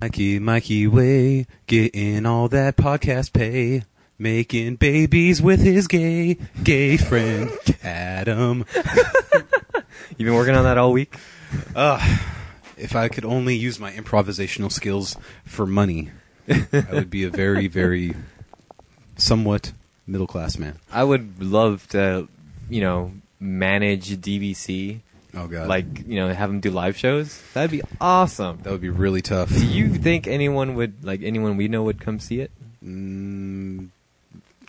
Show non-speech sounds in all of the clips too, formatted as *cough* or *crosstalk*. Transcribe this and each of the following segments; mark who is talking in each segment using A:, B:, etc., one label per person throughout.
A: Mikey, Mikey Way, getting all that podcast pay, making babies with his gay, gay friend, Adam.
B: You've been working on that all week.
A: If I could only use my improvisational skills for money, I would be a very, very somewhat middle class man.
B: I would love to, you know, manage DVC,
A: Oh, God.
B: like you know, have them do live shows. That'd be awesome.
A: that would be really
B: *laughs*
A: tough.
B: Do you think anyone would like anyone we know would come see it?
A: Mm,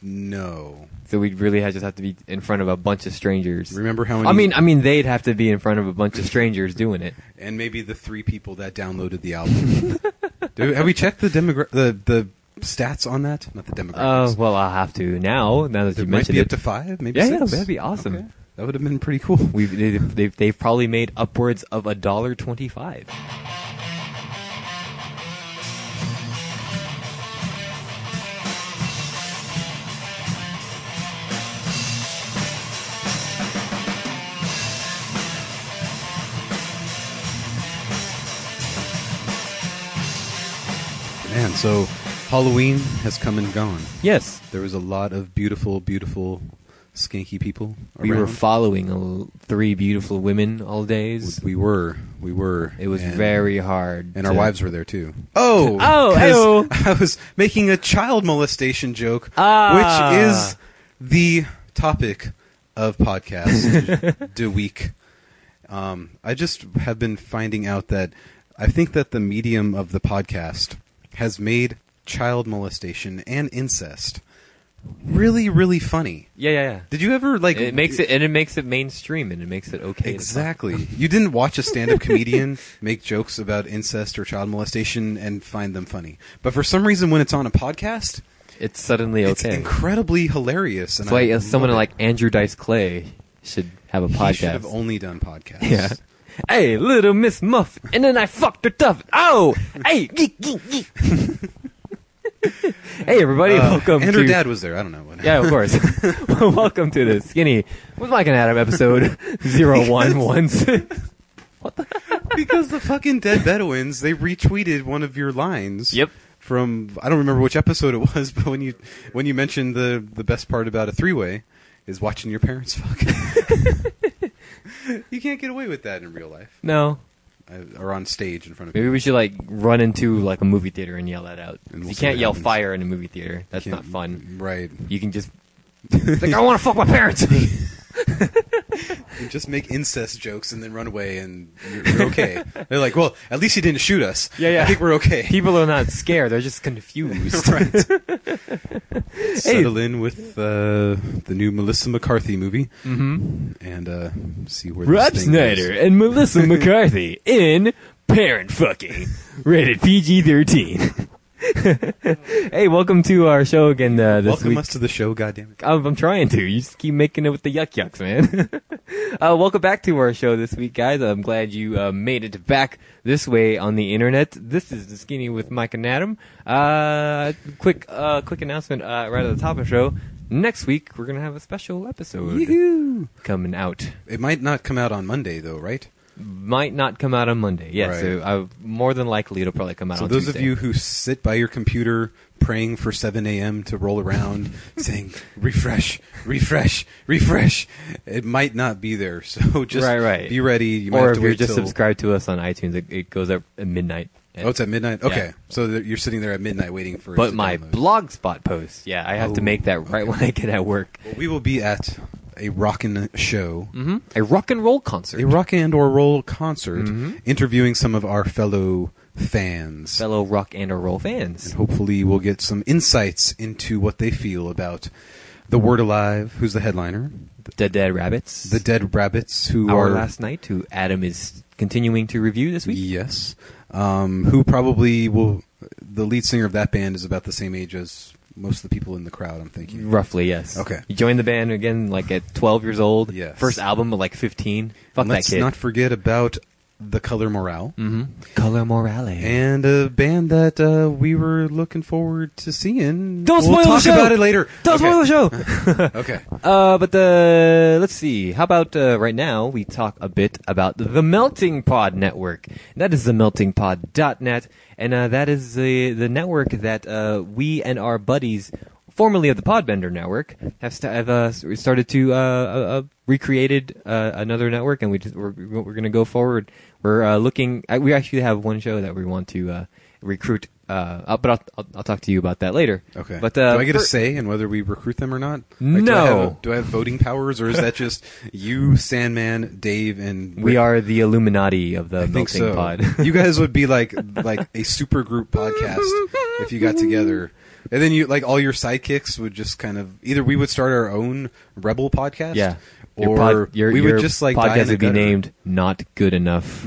A: no.
B: So we'd really have, just have to be in front of a bunch of strangers.
A: Remember how many.
B: I mean, I mean, they'd have to be in front of a bunch of strangers
A: *laughs*
B: doing it.
A: and maybe the three people that downloaded the album. *laughs* Do- have we checked the demogra- the the stats on that? Not the
B: Uh,
A: demographics.
B: well, I'll have to now. Now that
A: there
B: you
A: might
B: mentioned
A: be up
B: it,
A: to five, maybe
B: yeah,
A: six.
B: yeah, that'd be awesome.
A: Okay. That would have been pretty cool.
B: We've they've, they've, they've probably made upwards of a dollar twenty-five.
A: Man, so Halloween has come and gone.
B: Yes,
A: There was a lot of beautiful, beautiful, skanky people.
B: we were
A: around.
B: following a, three beautiful women all days.
A: We were. We were.
B: It was
A: And-
B: very hard.
A: And our
B: to-
A: wives were there too. *laughs* Oh,
B: Oh,
A: 'cause *laughs*
B: heyo.
A: I was making a child molestation joke,
B: Ah.
A: which is the topic of
B: *laughs*
A: podcast de week. Um, I just have been finding out that I think that the medium of the podcast has made child molestation and incest really, really funny.
B: Yeah, yeah, yeah.
A: Did you ever like?
B: It makes it and it makes it mainstream and it makes it okay. to talk
A: Exactly. you didn't watch a stand-up comedian *laughs* make jokes about incest or child molestation and find them funny. But for some reason, when it's on a podcast,
B: It's suddenly okay.
A: it's incredibly hilarious. And
B: That's why
A: I
B: uh, someone
A: love
B: like Andrew Dice Clay should have a
A: it. he should
B: podcast.
A: have only done podcasts.
B: *laughs* yeah. Hey, little Miss Muff, and then I fucked her tough. Oh, hey, geek, geek, geek. *laughs* hey, everybody,
A: Uh,
B: welcome.
A: and
B: to,
A: her dad was there. I don't know what.
B: Yeah, of course. *laughs* Well, welcome to the Skinny with Mike and
A: *laughs*
B: Adam episode zero one one six.
A: because the fucking dead Bedouins they retweeted one of your lines.
B: Yep.
A: From I don't remember which episode it was, *laughs* but when you when you mentioned the the best part about a three way is watching your parents fuck. *laughs* you can't get away with that in real life.
B: No,
A: uh, or on stage in front of
B: maybe
A: people.
B: we should like run into like a movie theater and yell that out.
A: And we'll
B: you
A: see
B: can't
A: what
B: yell
A: happens.
B: fire in a movie theater. That's
A: Can't-
B: not fun.
A: Right.
B: You
A: *laughs*
B: can just it's like I want to fuck my parents.
A: You just make incest jokes and then run away and you're, you're
B: *laughs*
A: okay. They're like, well, at least he didn't shoot us.
B: Yeah, yeah.
A: I think we're *laughs* okay.
B: People are not scared; they're just confused.
A: *laughs* right. Settle in with uh, the new Melissa McCarthy movie
B: Mm-hmm.
A: and uh, see where
B: Rob
A: this thing
B: Snyder
A: goes.
B: and Melissa
A: *laughs*
B: McCarthy in Parent Fucking, rated PG thirteen. *laughs* hey, welcome to our show again uh, this
A: Welcome
B: week.
A: us to the show, goddammit.
B: I'm, I'm trying to. You just keep making it with the yuck yucks, man. *laughs* uh, welcome back to our show this week, guys. I'm glad you uh, made it back this way on the internet. This is the skinny with Mike and Adam. Uh, quick, uh, quick announcement uh, right at the top of the show. Next week we're gonna have a special episode coming out.
A: It might not come out on Monday, though, right?
B: Might not come out on Monday. Yeah,
A: Right.
B: so I, more than likely it'll probably come out.
A: So
B: on
A: those
B: Tuesday.
A: of you who sit by your computer praying for 7 a.m. to roll
B: *laughs*
A: around saying refresh, refresh, refresh, it might not be there. So *laughs* just
B: Right, right.
A: be ready. You might
B: or
A: have
B: if
A: to
B: you're
A: wait
B: just
A: till-
B: subscribed to us on iTunes, it, it goes up at midnight.
A: Oh, it's at midnight.
B: Yeah.
A: Okay, so that you're sitting there at midnight waiting for. it
B: But
A: to
B: my
A: download.
B: blogspot post, yeah, I have to
A: Oh,
B: make that right when I get at work.
A: Well, we will be at a rockin' show,
B: hmm A rock and roll concert.
A: a rock and or roll concert,
B: Mhm.
A: interviewing some of our fellow fans.
B: Fellow rock and roll fans.
A: and hopefully we'll get some insights into what they feel about the word alive who's the headliner
B: The Dead Rabbits.
A: the dead rabbits who
B: Our
A: are
B: Last Night, who Adam is continuing to review this week.
A: yes um, who probably will the lead singer of that band is about the same age as most of the people in the crowd i'm
B: Mm-hmm.
A: thinking
B: Roughly, yes.
A: Okay.
B: You joined the band again, like at 12 years old.
A: Yes.
B: First album at like 15. Fuck
A: And let's
B: that kid.
A: not forget about the color morale
B: hmm Color Morale.
A: and a band that uh, we were looking forward to seeing
B: Don't
A: we'll
B: spoil
A: talk
B: the show!
A: about it later
B: Don't
A: okay.
B: spoil the
A: *laughs*
B: show.
A: okay
B: uh, but uh, let's see. How about uh, right now we talk a bit about the Melting Pod Network. That is themeltingpod.net, and uh, that is the the network that uh, we and our buddies, formerly of the Podbender network, have, st- have uh, s- started to uh, uh, uh, recreated uh, another network, and we just, we're we're going to go forward. We're uh, looking. I, we actually have one show that we want to uh, recruit. Uh, I'll, but I'll, I'll, I'll talk to you about that later.
A: Okay.
B: But uh,
A: do I get a
B: fir-
A: say in whether we recruit them or not? Do I, have
B: No.
A: do I have voting powers, or is that just you, Sandman, Dave, and
B: We
A: Rick?
B: are the Illuminati of the
A: I
B: melting
A: think so. *laughs*
B: pod.
A: you guys would be
B: *laughs*
A: like like a super group podcast if you got together, and then you like all your sidekicks would just kind of either we would start our own rebel podcast,
B: yeah.
A: or
B: your pod, your,
A: we
B: your
A: would just like
B: podcast
A: die in the
B: would be
A: gutter. *laughs*
B: named "Not Good Enough."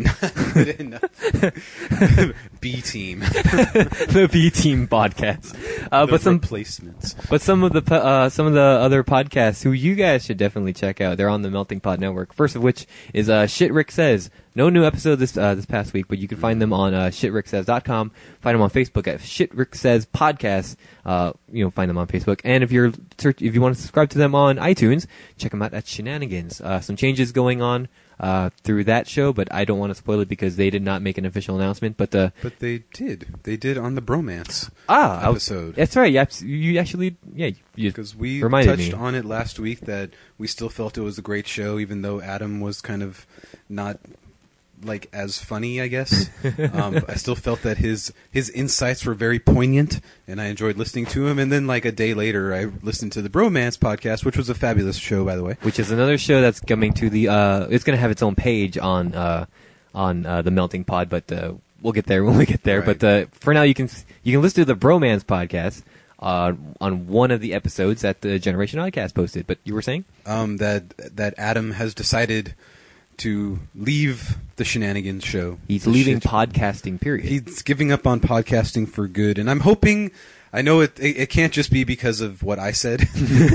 A: *laughs*
B: *laughs*
A: B team,
B: the B Team podcast. Uh,
A: The
B: but some,
A: replacements.
B: but some of the po- uh, some of the other podcasts who you guys should definitely check out. They're on the Melting Pot Network. First of which is uh, Shit Rick Says. No new episode this uh, this past week, but you can find them on uh, shitricksays.com. Find them on Facebook at Shit Rick Says Podcast. Uh, you know, find them on Facebook. And if you're search, if you want to subscribe to them on iTunes, check them out at Shenanigans. Uh, some changes going on. Uh, through that show, but I don't want to spoil it because they did not make an official announcement. But uh,
A: But they did. They did on the bromance
B: ah, I was-
A: episode.
B: That's right. You, abs- you actually, yeah, you- you
A: because we
B: reminded
A: touched
B: me.
A: on it last week that we still felt it was a great show, even though Adam was kind of not like as funny. I
B: *laughs*
A: guess um, I still felt that his his insights were very poignant, and I enjoyed listening to him. And then like a day later, I listened to the Bromance podcast, which was a fabulous show, by the way.
B: which is another show that's coming to the. Uh, it's going to have its own page on uh, on uh, the Melting Pod, but uh, we'll get there *laughs* when we get there.
A: Right.
B: But uh, for now, you can s- you can listen to the Bromance podcast uh, on one of the episodes that the Generation Oddcast posted. But you were saying,
A: Um, that that Adam has decided to leave the shenanigans show.
B: he's
A: The
B: leaving
A: shit-
B: podcasting. Period.
A: he's giving up on podcasting for good and i'm hoping i know it it, it can't just be because of what i said *laughs*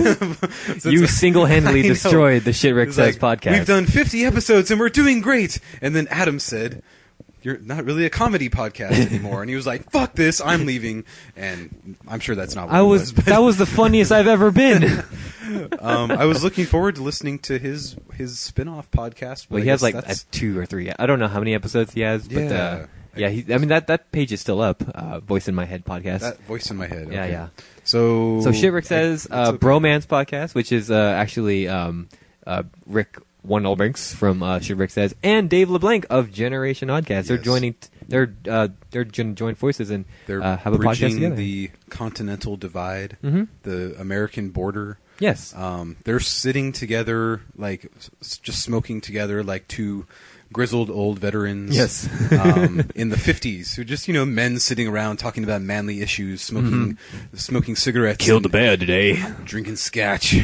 A: Since *laughs*
B: you
A: I-
B: single-handedly
A: I know.
B: destroyed the shit Rick
A: It's
B: says
A: like,
B: podcast.
A: we've done 50 episodes and we're doing great and then adam said you're not really a comedy podcast anymore and he was like fuck this i'm leaving and i'm sure that's not what
B: I
A: it *laughs*
B: was
A: but,
B: that was the funniest I've
A: *laughs*
B: ever been. *laughs*
A: um, i was looking forward to listening to his his spin-off podcast but
B: Well,
A: I
B: he has
A: guess
B: like
A: that's-
B: uh, two or three. I don't know how many episodes he has, but
A: Yeah.
B: uh, yeah, he, I mean that that page is still up. Uh, Voice in my head podcast.
A: that voice in my head
B: Yeah,
A: okay.
B: yeah.
A: so
B: so shit, Rick
A: I-
B: says
A: that's
B: uh,
A: okay.
B: bromance podcast, which is uh, actually um, uh, Rick One Olbrinks from uh, shit, Rick says, and Dave LeBlanc of Generation Oddcast. They're
A: Yes.
B: joining. T- they're uh, they're gonna join forces and
A: They're
B: uh, have a podcast
A: bridging
B: together.
A: the continental divide,
B: Mhm.
A: the American border.
B: yes,
A: Um, they're sitting together, like s- s- just smoking together, like two grizzled old veterans.
B: Yes. *laughs*
A: um, in the fifties, who just you know men sitting around talking about manly issues, smoking
B: Mm-hmm.
A: smoking cigarettes, and
B: bear today.
A: drinking
B: *laughs*
A: scotch,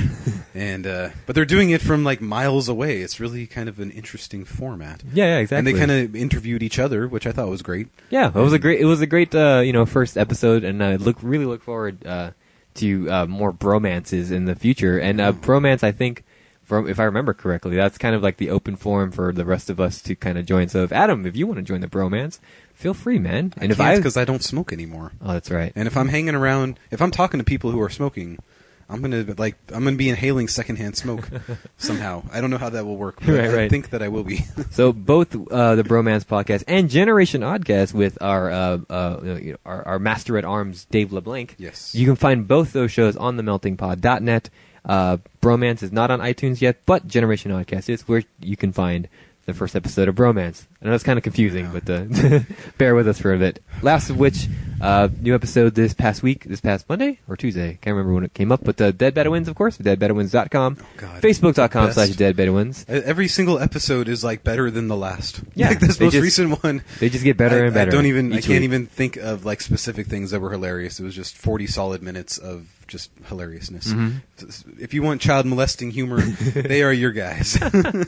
A: and uh, but they're doing it from like miles away. It's really kind of an interesting format.
B: Yeah, yeah, exactly.
A: And they kind of interviewed each other, which I thought was great.
B: Yeah, it was a great it was a great uh, you know first episode, and I look really look forward uh, to uh, more bromances in the future. And uh, bromance, I think, from if I remember correctly, that's kind of like the open forum for the rest of us to kind of join. So if Adam, if you want to join the bromance, feel free, man. And
A: And
B: if I,
A: because I don't smoke anymore.
B: oh, that's right.
A: And if I'm hanging around, if I'm talking to people who are smoking, I'm gonna like I'm gonna be inhaling secondhand
B: *laughs*
A: smoke somehow. I don't know how that will work, but
B: Right,
A: I
B: right.
A: think that I will
B: *laughs*
A: be.
B: So both uh, the Bromance podcast and Generation Oddcast with our uh, uh, you know, our, our master at arms Dave LeBlanc.
A: Yes.
B: you can find both those shows on themeltingpod.net. Uh, Bromance is not on iTunes yet, but Generation Oddcast is where you can find the first episode of Bromance. I know it's kind of confusing,
A: Yeah.
B: but uh, *laughs* bear with us for a bit. Last of which, uh, new episode this past week, this past Monday or Tuesday, can't remember when it came up, but uh, Dead Bedouins, of course, deadbedouins.com,
A: Oh, God.
B: facebook.com
A: Best.
B: slash deadbedouins.
A: E- Every single episode is like better than the last.
B: Yeah,
A: like this
B: they
A: most
B: just-
A: recent one.
B: They just get better
A: I,
B: and better.
A: I don't even. I
B: each
A: can't
B: week.
A: even think of like specific things that were hilarious. It was just 40 solid minutes of just hilariousness. S-
B: Mm-hmm.
A: If you want child molesting
B: *laughs*
A: humor, they are your guys.
B: And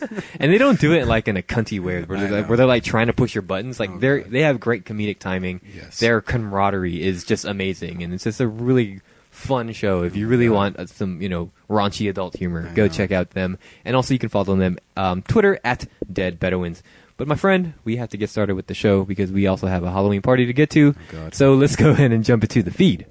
B: they don't do it like in a cunty way
A: *laughs*
B: where
A: I
B: they're,
A: know.
B: like, where they're like trying to push your buttons. Like
A: Oh,
B: they're
A: God.
B: they have great comedic timing.
A: Yes.
B: Their camaraderie is just amazing, and it's just a really fun show. If you really want uh, some you know raunchy adult humor,
A: I
B: go
A: know.
B: check out them. And also you can follow them um, Twitter at Dead Bedouins. But my friend, we have to get started with the show because we also have a Halloween party to get to.
A: Oh, God.
B: so let's go ahead and jump into the feed.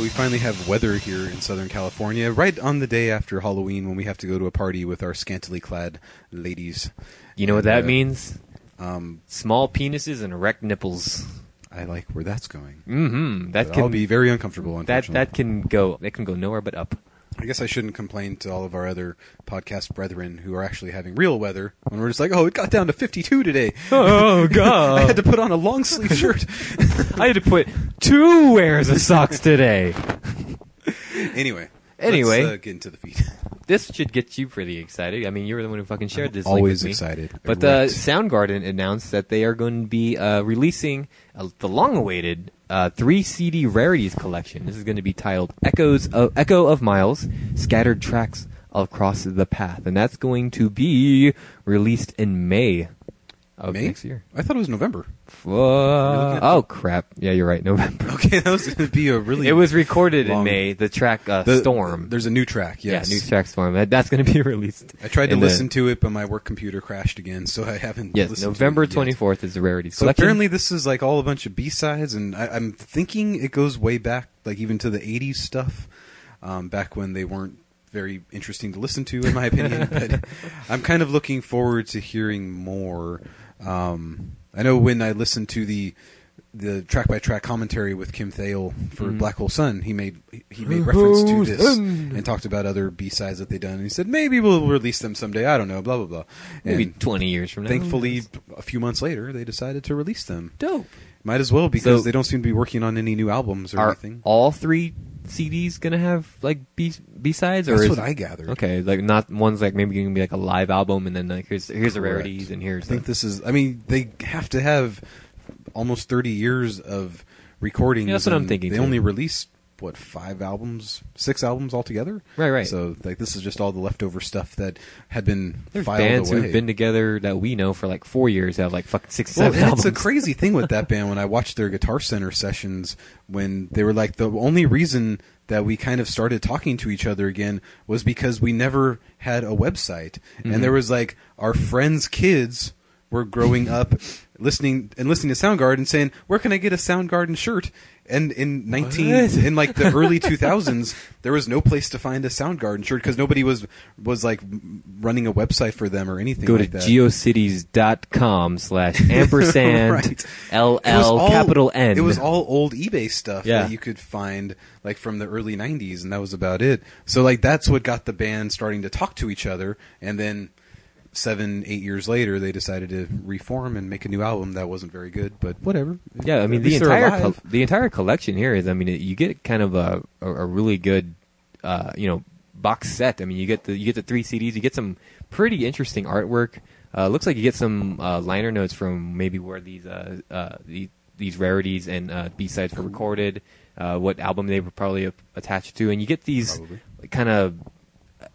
A: we finally have weather here in Southern California, right on the day after Halloween when we have to go to a party with our scantily clad ladies.
B: You know what that
A: Yeah.
B: means?
A: Um,
B: Small penises and erect nipples.
A: I like where that's going.
B: Mm-hmm. That
A: But I'll
B: can
A: be very uncomfortable.
B: that
A: Unfortunately,
B: that can go. That can go nowhere but up.
A: I guess I shouldn't complain to all of our other podcast brethren who are actually having real weather when we're just like, oh, it got down to 52 today. *laughs*
B: *laughs* Oh
A: I had
B: god!
A: to put on a long
B: *laughs*
A: sleeve shirt.
B: I had to put two pairs of socks today.
A: anyway.
B: Anyway.
A: let's, uh, get into the feed.
B: This should get you pretty excited. I mean, you were the one who fucking shared this. link
A: Always
B: with me.
A: excited.
B: But uh,
A: Erect.
B: Soundgarden announced that they are going to be uh, releasing uh, the long-awaited uh, three CD rarities collection. This is going to be titled "Echoes of Echo of Miles: Scattered Tracks Across the Path," and that's going to be released in May of
A: May?
B: next year.
A: I thought it was November. *laughs*
B: Fu-
A: looking at-
B: oh crap! Yeah, you're right. November.
A: Okay, that was going to be a *laughs* really.
B: It was recorded in
A: long-
B: May. The track uh,
A: the-
B: "Storm."
A: There's a new track. Yes.
B: Yeah, new track "Storm." That, that's going to be *laughs* released.
A: I tried to
B: in the-
A: listen to it, but my work computer crashed again, so I haven't.
B: Yes,
A: listened
B: November
A: to it
B: twenty
A: yet.
B: fourth is the rarities
A: So
B: collection.
A: apparently, this is like all a bunch of B sides, and I, I'm thinking it goes way back, like even to the '80s stuff, um, back when they weren't very interesting to listen to, in my opinion. but I'm kind of looking forward to hearing more. Um, I know when I listened to the the track by track commentary with Kim Thayil for Black Hole Sun, he made he made reference to this
B: Sun.
A: and talked about other B sides that they done. And he said maybe we'll release them someday. I don't know. Blah blah blah.
B: maybe
A: And
B: twenty years from now.
A: thankfully, a few months later, they decided to release them.
B: dope.
A: Might as well because
B: So-
A: they don't seem to be working on any new albums or
B: Are
A: anything.
B: all three CDs gonna have like B B sides, or
A: That's
B: is
A: what I gathered.
B: okay, like not ones like maybe gonna be like a live album, and then like here's here's the
A: Correct.
B: rarities, and
A: I
B: here's
A: think
B: the,
A: this is. I mean, they have to have almost thirty years of recordings.
B: Yeah, that's what I'm
A: and
B: thinking,
A: They
B: too.
A: only released what five albums, six albums altogether.
B: Right, right.
A: So like, this is just all the leftover stuff that had been
B: there's
A: filed
B: bands
A: away.
B: who've been together that we know for like four years that have like fucking six
A: Well,
B: seven
A: and
B: *laughs* albums.
A: it's a crazy thing with that band. When I watched their Guitar Center sessions, when they were like, the only reason that we kind of started talking to each other again was because we never had a website,
B: Mm-hmm.
A: and there was like our friends' kids were
B: *laughs*
A: growing up listening and listening to Soundgarden, saying, "Where can I get a Soundgarden shirt?" And in nineteen,
B: What?
A: in like the
B: *laughs*
A: early two thousands, there was no place to find a Soundgarden shirt because nobody was was like m- running a website for them or anything.
B: Go to
A: like that. *laughs*
B: geocities.com slash ampersand
A: Right.
B: LL
A: It was all-
B: capital N.
A: It was all old eBay stuff
B: Yeah.
A: that you could find like from the early '90s, and that was about it. So like that's what got the band starting to talk to each other, and then seven, eight years later, they decided to reform and make a new album that wasn't very good, but whatever.
B: Yeah, I
A: At
B: mean the
A: least they're
B: entire
A: alive.
B: col- the entire collection here is. I mean, it, you get kind of a a, a really good, uh, you know, box set. I mean, you get the you get the three CDs. You get some pretty interesting artwork. Uh, looks like you get some uh, liner notes from maybe where these uh, uh, these, these rarities and uh, B sides were recorded, uh, what album they were probably a- attached to, and you get these
A: Probably.
B: kind of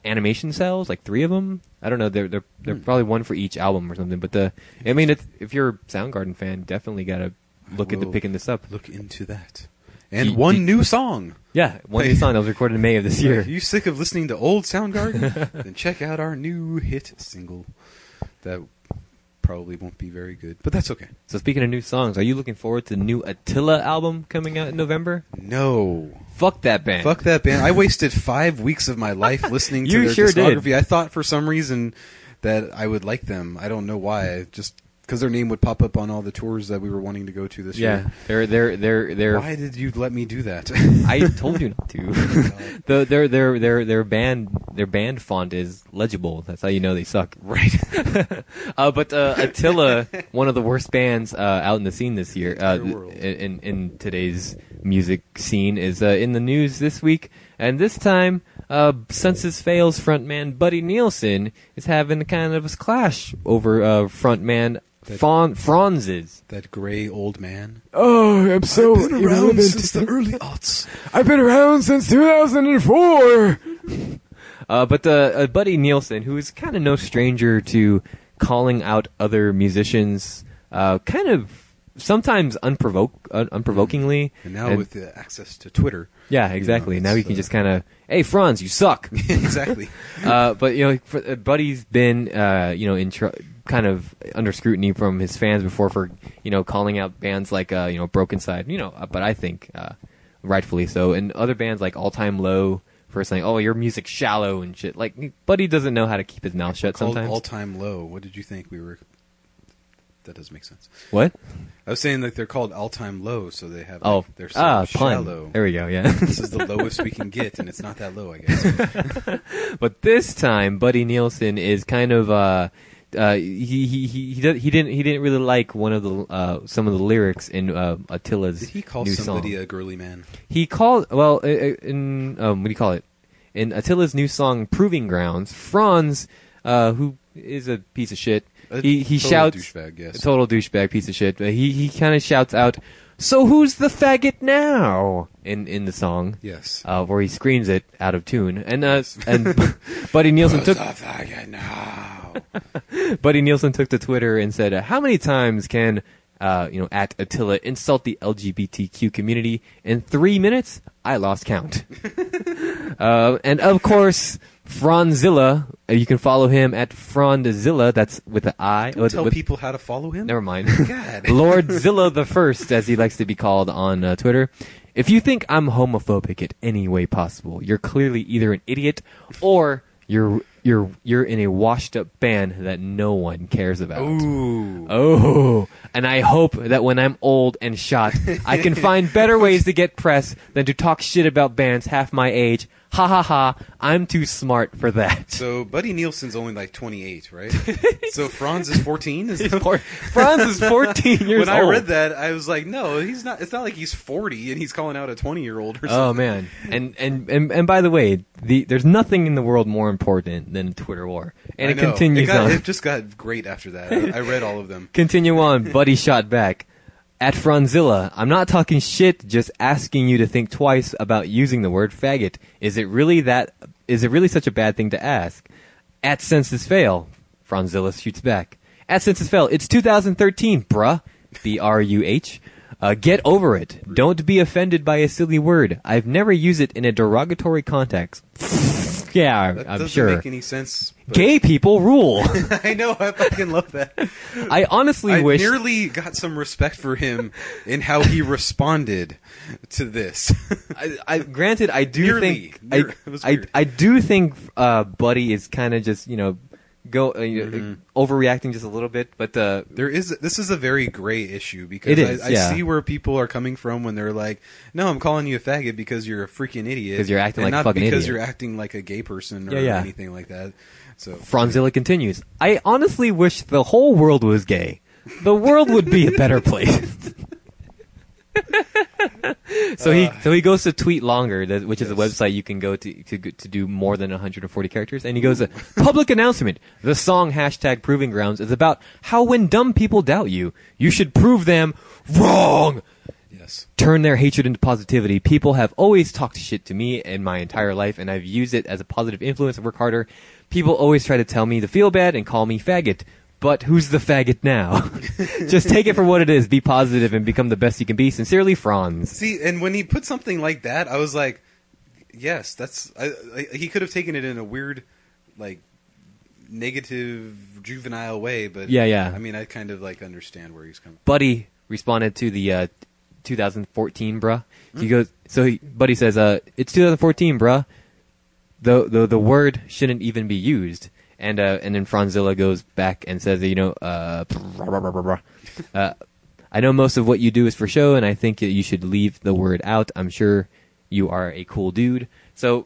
B: animation cells, like three of them. I don't know. They're they're, they're probably one for each album or something. But the I mean, it's, if you're a Soundgarden fan, definitely gotta look into
A: will.
B: picking this up.
A: look into that. And
B: Do-
A: one
B: do-
A: new song.
B: Yeah, one new song that was recorded in May of this
A: Are
B: year.
A: you sick of listening to old
B: *laughs*
A: Soundgarden? then check out our new hit single. That probably won't be very good, but that's okay.
B: So speaking of new songs, are you looking forward to the new Attila album coming out in November?
A: No.
B: Fuck that band.
A: Fuck that band. I wasted five weeks of my life
B: *laughs*
A: listening to
B: You
A: their
B: sure did.
A: discography. I thought for some reason that I would like them. I don't know why. I Just because their name would pop up on all the tours that we were wanting to go to this
B: Yeah,
A: year.
B: they're they're they're they're.
A: Why did you let me do that? *laughs*
B: *laughs* I told you not to. *laughs* the, their their their their band their band font is legible. That's how you know they suck.
A: right.
B: uh, but uh, Attila, *laughs* one of the worst bands uh, out in the scene this year, uh,
A: Entire world.
B: in in today's music scene, is uh, in the news this week. And this time, uh, Census Fails frontman Buddy Nielsen is having kind of a clash over uh, frontman Fon- Franz's.
A: That gray old man.
B: Oh, I'm so *laughs*
A: early aughts.
B: I've been around since 2004. uh, but uh, uh, Buddy Nielsen, who is kind of no stranger to calling out other musicians, uh, kind of sometimes unprovoked, un- unprovokingly.
A: And now with the access to Twitter. *laughs*
B: yeah, exactly.
A: you know,
B: now you
A: it's,
B: can
A: uh,
B: just kind of, hey, Franz, you suck. *laughs*
A: exactly.
B: uh, but you know, for, uh, Buddy's been uh, you know in tr- kind of under scrutiny from his fans before for you know calling out bands like uh, you know Broken Side. You know, uh, but I think uh, rightfully so. And other bands like All Time Low for saying, "Oh, your music's shallow and shit." Like Buddy doesn't know how to keep his mouth shut
A: Called
B: sometimes.
A: all time low. What did you think we were? That does make sense.
B: what?
A: I was saying that they're called all time low, so they have.
B: Oh,
A: like, they're so
B: ah, pun.
A: shallow.
B: There we go. Yeah. *laughs*
A: this is the lowest we can get, and it's not that low, I guess.
B: But this time, Buddy Nielsen is kind of uh, uh, he he he he, did, he didn't he didn't really like one of the uh, some of the lyrics in uh, Attila's
A: Did he call
B: new
A: somebody
B: song.
A: a girly man?
B: He called well i- i- in um, what do you call it in Attila's new song "Proving Grounds." Franz, uh, who is a piece of shit,
A: A
B: he he
A: total
B: shouts
A: douchebag, yes.
B: a total douchebag piece of shit. But he he kind of shouts out, "So who's the faggot now?" in in the song.
A: Yes.
B: Uh, where he screams it out of tune, and uh, and *laughs*
A: *laughs*
B: Buddy Nielsen took Buddy Nielsen took to Twitter and said, uh, "How many times can uh, you know at Attila insult the LGBTQ community in three minutes? I lost count." uh, and of course, Franzilla. uh, You can follow him at Franzilla. That's with an I. with-
A: Tell
B: with-
A: people how to follow him.
B: Never mind.
A: *laughs* God.
B: Lord Zilla the First, as he likes to be called on uh, Twitter. If you think I'm homophobic in any way possible, you're clearly either an idiot or you're you're you're in a washed up band that no one cares about.
A: Ooh.
B: Oh, and I hope that when I'm old and shot,
A: *laughs*
B: I can find better ways to get press than to talk shit about bands half my age. Ha ha ha! I'm too smart for that.
A: *laughs* So Buddy Nielsen's only like 28,
B: *laughs*
A: right? so Franz is 14. Is that-
B: Poor- Franz is 14
A: *laughs*
B: years
A: when I
B: old.
A: read that, I was like, no, he's not. It's not like he's 40 and he's calling out a 20 year old or something.
B: Oh man, and and and, and by the way, the, there's nothing in the world more important than a Twitter war, and
A: I
B: it
A: know.
B: continues
A: It, got,
B: on.
A: it just got great after that. I I read all of
B: *laughs*
A: them.
B: Continue
A: *laughs*
B: on. Buddy shot back at Franzilla. I'm not talking shit, just asking you to think twice about using the word faggot. Is it really that? Is it really such a bad thing to ask? At census fail, Franzilla shoots back. At census fail, it's 2013, bruh. B R U H. Uh, get over it. Don't be offended by a silly word. I've never used it in a derogatory context. *laughs* yeah, I'm-
A: That
B: I'm
A: doesn't
B: sure.
A: make any sense. but-
B: Gay people rule.
A: *laughs* I know. I fucking love that.
B: I honestly
A: I
B: wish.
A: nearly got some respect for
B: *laughs*
A: him in how he responded to this.
B: I, I granted I do
A: Nearly.
B: think I,
A: Near- *laughs* it was
B: I,
A: weird.
B: I do think uh, Buddy is kind of just you know go uh, you know,
A: Mm-hmm.
B: overreacting just a little bit, but uh,
A: *laughs* there is this is a very gray issue because
B: It is,
A: I, I
B: yeah.
A: see where people are coming from when they're like, "No, I'm calling you a faggot because you're a freaking idiot
B: 'Cause you're acting
A: and
B: like
A: not
B: a fucking
A: because
B: idiot."
A: you're acting like a gay person or
B: Yeah, yeah.
A: anything like that." So
B: Franzilla continues. I honestly wish the whole world was gay. The world would be a better place. *laughs* so he so he goes to tweet longer, that- which is a
A: Yes.
B: website you can go to to g- to do more than 140 characters. And he goes, uh, public announcement: the song hashtag Proving Grounds is about how when dumb people doubt you, you should prove them wrong
A: yes,
B: turn their hatred into positivity. People have always talked shit to me in my entire life, and I've used it as a positive influence. I work harder. People always try to tell me to feel bad and call me faggot. But who's the faggot now? *laughs* Just take it for what it is. Be positive and become the best you can be. Sincerely, Franz.
A: see, and when he put something like that, I was like, "Yes, that's." I, I, he could have taken it in a weird, like, negative juvenile way, but
B: Yeah, yeah.
A: I mean, I kind of like understand where he's coming.
B: Buddy responded to the uh, 2014, bruh. He goes, so he, Buddy says, uh, it's 2014, bruh. The, the the word shouldn't even be used. And uh, and then Franzilla goes back and says, you know, uh, *laughs* uh, I know most of what you do is for show, and I think that you should leave the word out. I'm sure you are a cool dude. So,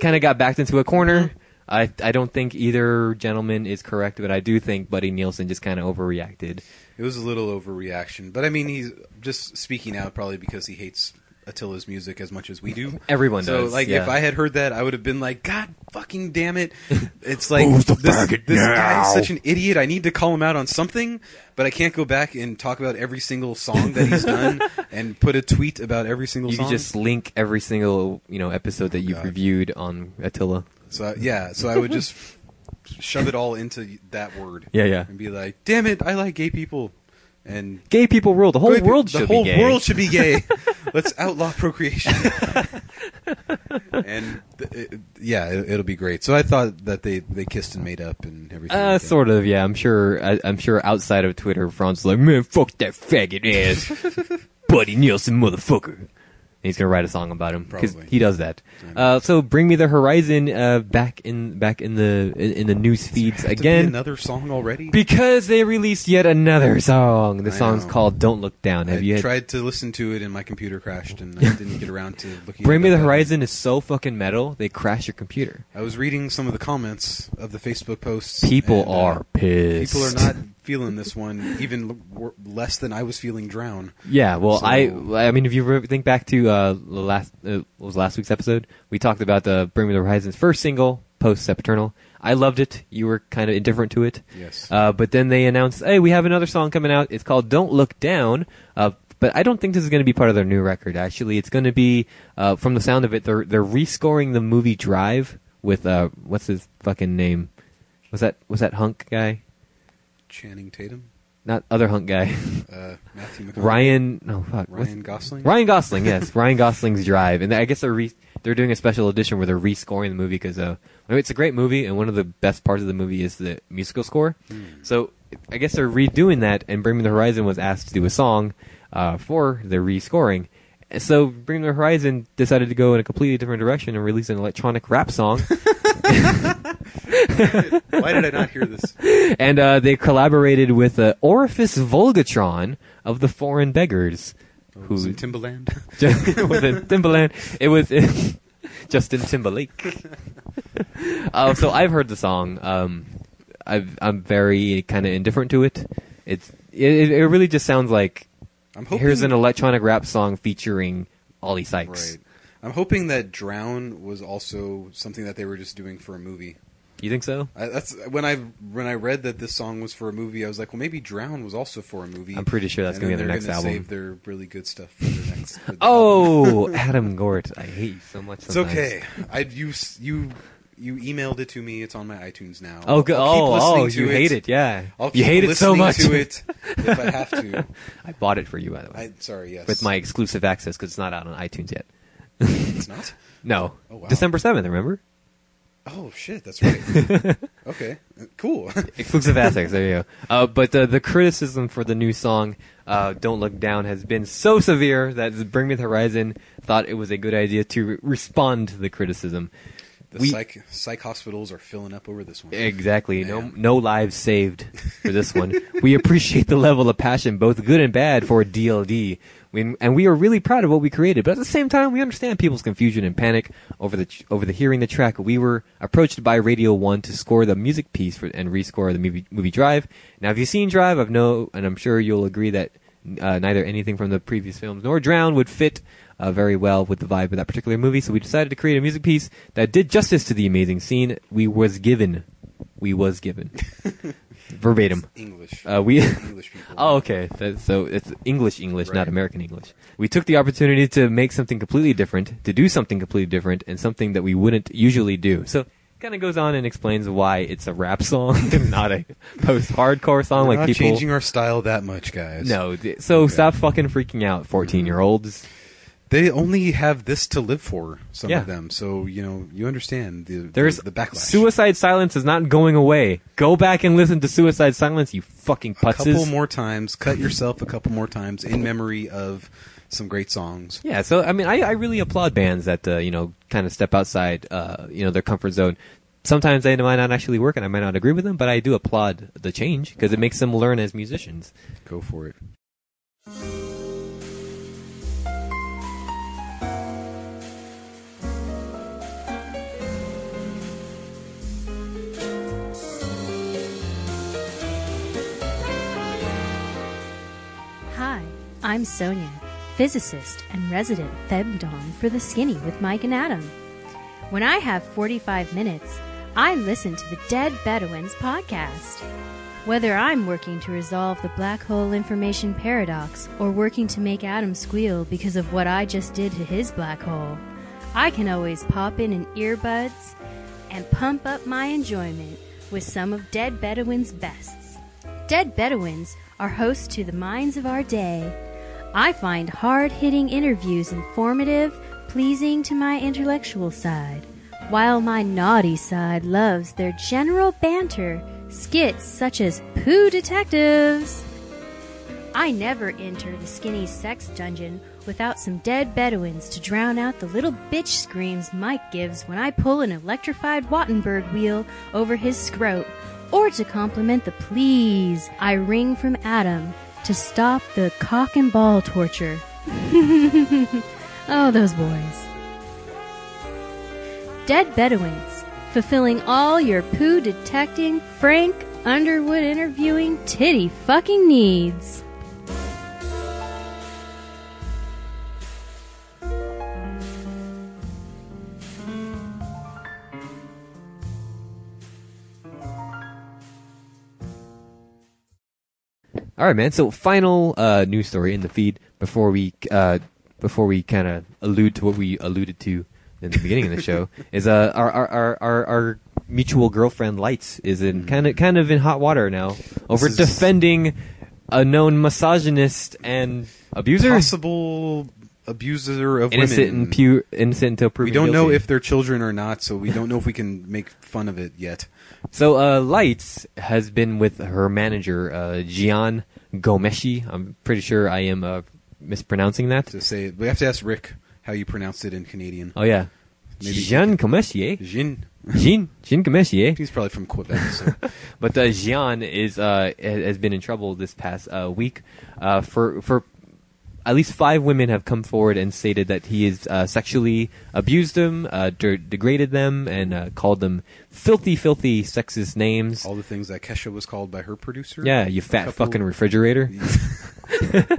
B: kind of got backed into a corner. I I don't think either gentleman is correct, but I do think Buddy Nielsen just kind of overreacted.
A: It was a little overreaction, but I mean, he's just speaking out probably because he hates Attila's music as much as we
B: *laughs*
A: do.
B: Everyone
A: so,
B: does,
A: like, if
B: yeah.
A: I had heard that, I would have been like, "God fucking damn
B: *laughs*
A: it!" It's like
C: Who's the
A: this,
C: faggot
A: this
C: now?
A: guy's such an idiot. I need to call him out on something, but I can't go back and talk about every single song that he's
B: *laughs*
A: done and put a tweet about every single
B: You
A: song. Oh
B: can just link every single you know episode that you've
A: God.
B: reviewed on Attila.
A: So I- yeah, so I would just shove it all into that word.
B: Yeah, yeah.
A: and be like, "Damn it, I like gay people." And
B: Gay people rule. The whole
A: Good.
B: world
A: the
B: should
A: whole
B: be gay.
A: world should be
B: *laughs*
A: gay. Let's outlaw procreation. and th- it, yeah, it, it'll be great. So I thought that they, they kissed and made up and everything.
B: uh,
A: like that.
B: sort of. Yeah, I'm sure. I, I'm sure outside
A: *laughs*
B: of Twitter, Franz is like, man, fuck that faggot ass, Buddy Nielsen, motherfucker. he's gonna write a song about him because
A: Probably.
B: he does that. Uh, so bring me the horizon uh, back in back in the in, in the news feeds
A: Have to be
B: again
A: another song already.
B: because they released yet another song. The
A: I
B: song's
A: know.
B: called "Don't Look Down."
A: I
B: Have you had,
A: tried to listen to it and my computer crashed and
B: *laughs*
A: I didn't get around to looking.
B: Bring
A: it
B: Me the
A: up.
B: Horizon is so fucking metal they crash your computer.
A: I was reading some of the comments of the Facebook posts.
B: People
A: and, uh,
B: are pissed.
A: People are not feeling this one even l- wor- less than I was feeling Drown.
B: Yeah, well,
A: So-
B: I I mean, if you re- think back to uh, the last uh, what was last week's episode, we talked about the Bring Me the Horizon's first single, Post Sepaternal. I loved it. You were kind of indifferent to it.
A: Yes.
B: Uh, but then they announced, hey, we have another song coming out. It's called Don't Look Down. Uh, but I don't think this is going to be part of their new record, actually. It's going to be, uh, from the sound of it, they're, they're rescoring the movie Drive with, uh, what's his fucking name? Was that, was that Hunk guy?
A: Channing Tatum,
B: Not other Hunk guy. *laughs*
A: uh, Matthew McConaughey,
B: Ryan, no, fuck. what's-
A: Ryan Gosling.
B: Ryan Gosling, yes, *laughs* Ryan Gosling's Drive, and I guess they're re- they're doing a special edition where they're rescoring the movie because uh, I mean, it's a great movie, and one of the best parts of the movie is the musical score. So I guess they're redoing that, and Bring Me the Horizon was asked to do a song uh, for the rescoring. And So Bring Me the Horizon decided to go in a completely different direction and release an electronic rap song,
A: Why did I not hear this?
B: and uh, they collaborated with uh, Orifice Volgatron of the Foreign Beggars, *laughs* who
A: Who's in Timbaland? *laughs*
B: with a Timberland. It was *laughs* Justin Timberlake. uh, so I've heard the song. Um, I've, I'm very kind of indifferent to it. It's it, it really just sounds like
A: I'm hoping
B: here's an electronic rap song featuring Ollie Sykes.
A: right. I'm hoping that Drown was also something that they were just doing for a movie.
B: You think so?
A: I, that's when I when I read that this song was for a movie. I was like, well, maybe Drown was also for a movie.
B: I'm pretty sure that's
A: And
B: gonna be
A: then
B: on their
A: they're
B: next
A: gonna
B: album.
A: Save their really good stuff for their
B: *laughs*
A: next. for the album.
B: Oh, Adam Gort, I hate you so much.
A: it's
B: sometimes.
A: okay. I you s- you you emailed it to me. It's on my iTunes now.
B: Oh, go-
A: I'll keep
B: oh,
A: listening
B: oh,
A: to
B: you hate it, yeah.
A: I'll keep
B: you hate it so
A: listening
B: much.
A: To
B: *laughs*
A: it if I have to.
B: I bought it for you, by the way,
A: I sorry. Yes,
B: with my exclusive access because it's not out on iTunes yet.
A: it's not.
B: No,
A: Oh, wow.
B: December seventh. Remember?
A: Oh shit, that's right.
B: *laughs*
A: okay, cool. *laughs*
B: Exclusive assets. There you go. Uh, but uh, the criticism for the new song uh, "Don't Look Down" has been so severe that Bring Me the Horizon thought it was a good idea to re- respond to the criticism.
A: The
B: We-
A: psych psych hospitals are filling up over this one.
B: Exactly. No,
A: Man.
B: no lives saved for this one. we appreciate the level of passion, both good and bad, for DLD. We, and we are really proud of what we created, but at the same time, we understand people's confusion and panic over the over the hearing the track. We were approached by Radio One to score the music piece for, and rescore the movie movie Drive. Now, if you've seen Drive, I've know, and I'm sure you'll agree that uh, neither anything from the previous films nor Drown would fit uh, very well with the vibe of that particular movie. So we decided to create a music piece that did justice to the amazing scene we was given. We was given *laughs* verbatim.
A: English.
B: Uh, we.
A: English people.
B: *laughs* Oh, okay. That, so it's English English, not
A: Right.
B: American English. We took the opportunity to make something completely different, to do something completely different, and something that we wouldn't usually do. So kind of goes on and explains why it's a rap song *laughs* and not a post-hardcore song
A: We're
B: like
A: not
B: people.
A: changing our style that much, guys.
B: no, th- so stop fucking freaking out, fourteen-year-olds.
A: they only have this to live for. Some
B: Yeah.
A: of them, so you know, you understand the
B: There's
A: the, the backlash.
B: Suicide Silence is not going away. Go back and listen to Suicide Silence, you fucking
A: a
B: putzes.
A: couple more times. Cut yourself a couple more times in memory of some great songs.
B: Yeah, so I mean, I, I really applaud bands that uh, you know kind of step outside, uh, you know, their comfort zone. Sometimes they might not actually work, and I might not agree with them, but I do applaud the change because it makes them learn as musicians.
A: Go for it.
C: Hi, I'm Sonia, physicist and resident femdom for The Skinny with Mike and Adam. When I have 45 minutes, I listen to the Dead Bedouins podcast. Whether I'm working to resolve the black hole information paradox or working to make Adam squeal because of what I just did to his black hole, I can always pop in an earbuds and pump up my enjoyment with some of Dead Bedouin's bests. Dead Bedouins are hosts to the minds of our day. I find hard hitting interviews informative, pleasing to my intellectual side, while my naughty side loves their general banter, skits such as Pooh Detectives. I never enter the skinny sex dungeon without some dead Bedouins to drown out the little bitch screams Mike gives when I pull an electrified Wattenberg wheel over his scrote, or to compliment the please I wring from Adam to stop the cock and ball torture. *laughs* oh, those boys. Dead Bedouins, fulfilling all your poo detecting, Frank Underwood interviewing, titty fucking needs.
B: All right, man. So final uh, news story in the feed before we uh, before we kind of allude to what we alluded to in the beginning of
A: *laughs*
B: the show is uh, our, our, our our our mutual girlfriend Lights is in kind of kind of in hot water now over
A: Mm-hmm. This is-
B: defending a known misogynist and abuser,
A: Possible abuser of
B: innocent
A: women.
B: and pure, innocent until proven
A: we don't know
B: guilty.
A: if they're children or not, so we don't know if we can make fun of it yet.
B: So uh, Lights has been with her manager uh, Gian Gomeshi. I'm pretty sure I am uh, mispronouncing that.
A: To say it, we have to ask Rick how you pronounced it in Canadian.
B: Oh yeah,
A: Maybe-
B: Gian Gomeshi. eh?
A: Jean.
B: Jean Jean Gomeshi. eh?
A: He's probably from Quebec.
B: *laughs*
A: So.
B: But uh, Gian is uh, ha- has been in trouble this past uh, week uh, for for. At least five women have come forward and stated that he has uh, sexually abused them, uh, de- degraded them, and uh, called them filthy, filthy, sexist names.
A: All the things that Kesha was called by her producer.
B: Yeah, you fat
A: Couple-
B: fucking refrigerator. *laughs*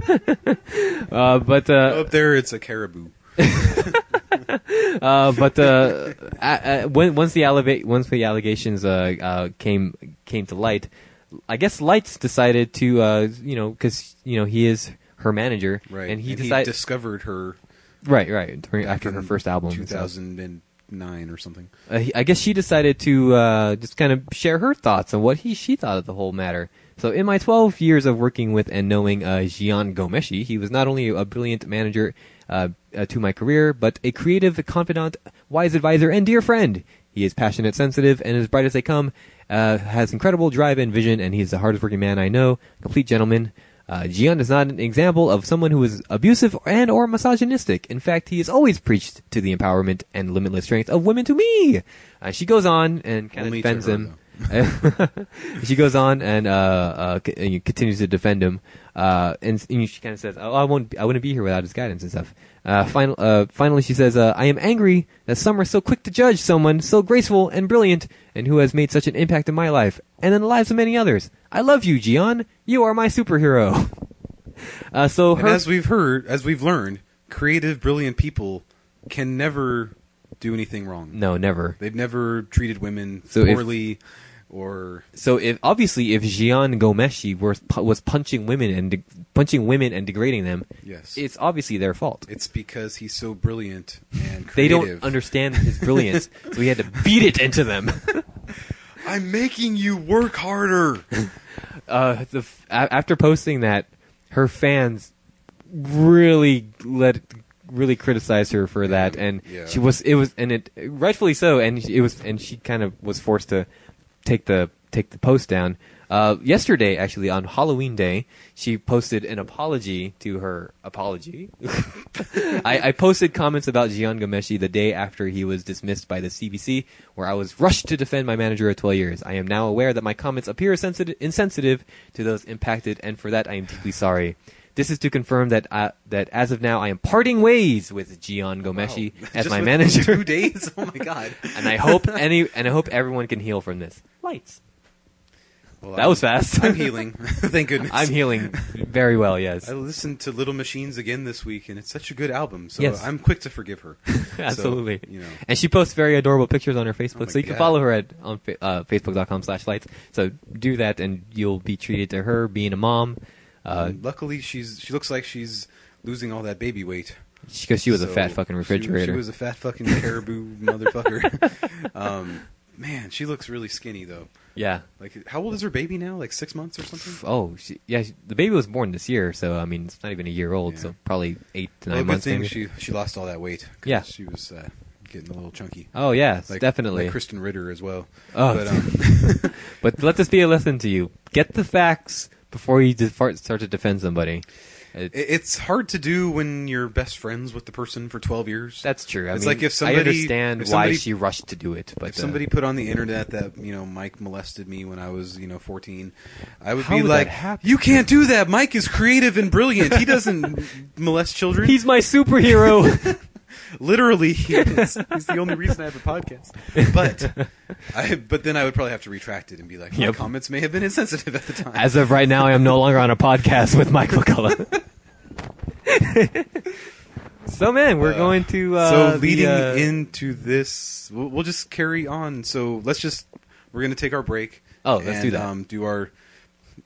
B: Uh, but uh,
A: Up there, it's a caribou.
B: uh, but uh, uh, when, once the alleva- once the allegations uh, uh, came came to light, I guess Lights decided to uh, you know because you know he is her manager,
A: Right.
B: And he
A: and
B: decided
A: discovered her
B: right, right during,
A: back
B: after her
A: in
B: first album, and stuff.
A: 2009 or something.
B: uh, he- I guess she decided to uh, just kind of share her thoughts on what he she thought of the whole matter. So, in my 12 years of working with and knowing uh, Gian Gomeshi, he was not only a brilliant manager uh, uh, to my career, but a creative, confidant, wise advisor, and dear friend. He is passionate, sensitive, and as bright as they come. Uh, has incredible drive and vision, and he's the hardest working man I know. Complete gentleman. Uh, Gian is not an example of someone who is abusive and or misogynistic. In fact, he has always preached to the empowerment and limitless strength of women to me. Uh, she goes on and kind of
A: Only to
B: defends
A: her,
B: him. *laughs* she goes on and uh, uh, c- and continues to defend him. Uh, and, and she kind of says, "Oh, I won't. I wouldn't be here without his guidance and stuff." Uh, final, uh, finally, she says, uh, "I am angry that some are so quick to judge someone so graceful and brilliant, and who has made such an impact in my life and in the lives of many others. I love you, Gian. You are my superhero." *laughs* uh, so her,
A: And as we've heard, as we've learned, creative, brilliant people can never do anything wrong.
B: no, never.
A: They've never treated women
B: So if-
A: poorly or
B: So if obviously if Gian Gomeshi were, was punching women and de- punching women and degrading them,
A: yes.
B: it's obviously their fault.
A: It's because he's so brilliant and creative.
B: they don't understand
A: *laughs*
B: his brilliance, so he had to beat it into them.
A: I'm making you work harder.
B: Uh, the, f- a- after posting that, her fans really let really criticized her for that, and
A: Mm, yeah.
B: she was it was and it rightfully so, and it was and she kind of was forced to take the take the post down. Uh, yesterday, actually, on Halloween Day, she posted an apology to her apology. *laughs* I, I posted comments about Gian Gomeshi the day after he was dismissed by the CBC, where I was rushed to defend my manager of 12 years. I am now aware that my comments appear sensitive, insensitive to those impacted, and for that I am deeply sorry. This is to confirm that I, that as of now I am parting ways with Gian Gomeshi
A: Wow.
B: as
A: Just
B: my
A: with
B: manager,
A: Two days. Oh my god.
B: and I hope any and I hope everyone can heal from this. Lights.
A: *laughs* Well,
B: That
A: I'm-
B: was fast.
A: I'm healing. *laughs* Thank goodness.
B: *laughs* I'm healing very well. Yes.
A: I listened to Little Machines again this week, and it's such a good album. So
B: Yes.
A: I'm quick to forgive
B: *laughs*
A: her. So,
B: Absolutely.
A: you know,
B: And she posts very adorable pictures on her Facebook,
A: Oh my
B: so you can
A: God.
B: follow her at on fa- uh, facebook.com slash lights. So do that, and you'll be treated to her being a mom. Uh,
A: And um, luckily she's she looks like she's losing all that baby weight.
B: because she was a
A: So
B: fat fucking
A: she-
B: refrigerator.
A: She, was a fat fucking
B: *laughs*
A: caribou motherfucker. um, man, she looks really skinny though.
B: yeah.
A: Like, how old is her baby now? Like six months or something.
B: Oh, she, yeah. She, the baby was born this year, so I mean, it's not even a year old,
A: Yeah.
B: so probably eight to nine
A: Well, good
B: months.
A: thing
B: maybe.
A: she she lost all that weight. 'cause
B: Yeah.
A: she was uh, getting a little chunky.
B: oh, yeah,
A: Like-
B: definitely.
A: like Kristen Ritter as well.
B: Oh.
A: But, um,
B: but let this be a lesson to you. Get the facts before you de- fart- start to defend somebody. It's-
A: I- It's hard to do when you're best friends with the person for 12 years.
B: That's true. I
A: It's
B: mean,
A: like if
B: I
A: somebody-
B: understand
A: if somebody-
B: why she rushed to do it, but
A: if
B: uh,
A: somebody put on the internet that you know Mike molested me when I was you know 14, I would
B: How
A: be
B: would
A: like,
B: that happen?
A: "You can't do that. Mike is creative and brilliant. He doesn't *laughs* molest children.
B: he's
A: *laughs*
B: my superhero. *laughs*
A: literally he is. he's the only reason I have a podcast." But I but then I would probably have to retract it and be like, "My
B: Yep.
A: comments may have been insensitive at the time."
B: As of right now, I am no longer on a podcast with
A: *laughs*
B: Michael McCullough. so, man, we're
A: Uh,
B: going to uh,
A: so
B: the,
A: leading
B: uh,
A: into this, we'll, we'll just carry on. So let's just we're gonna take our break.
B: Oh, let's
A: and,
B: do that.
A: Um, do our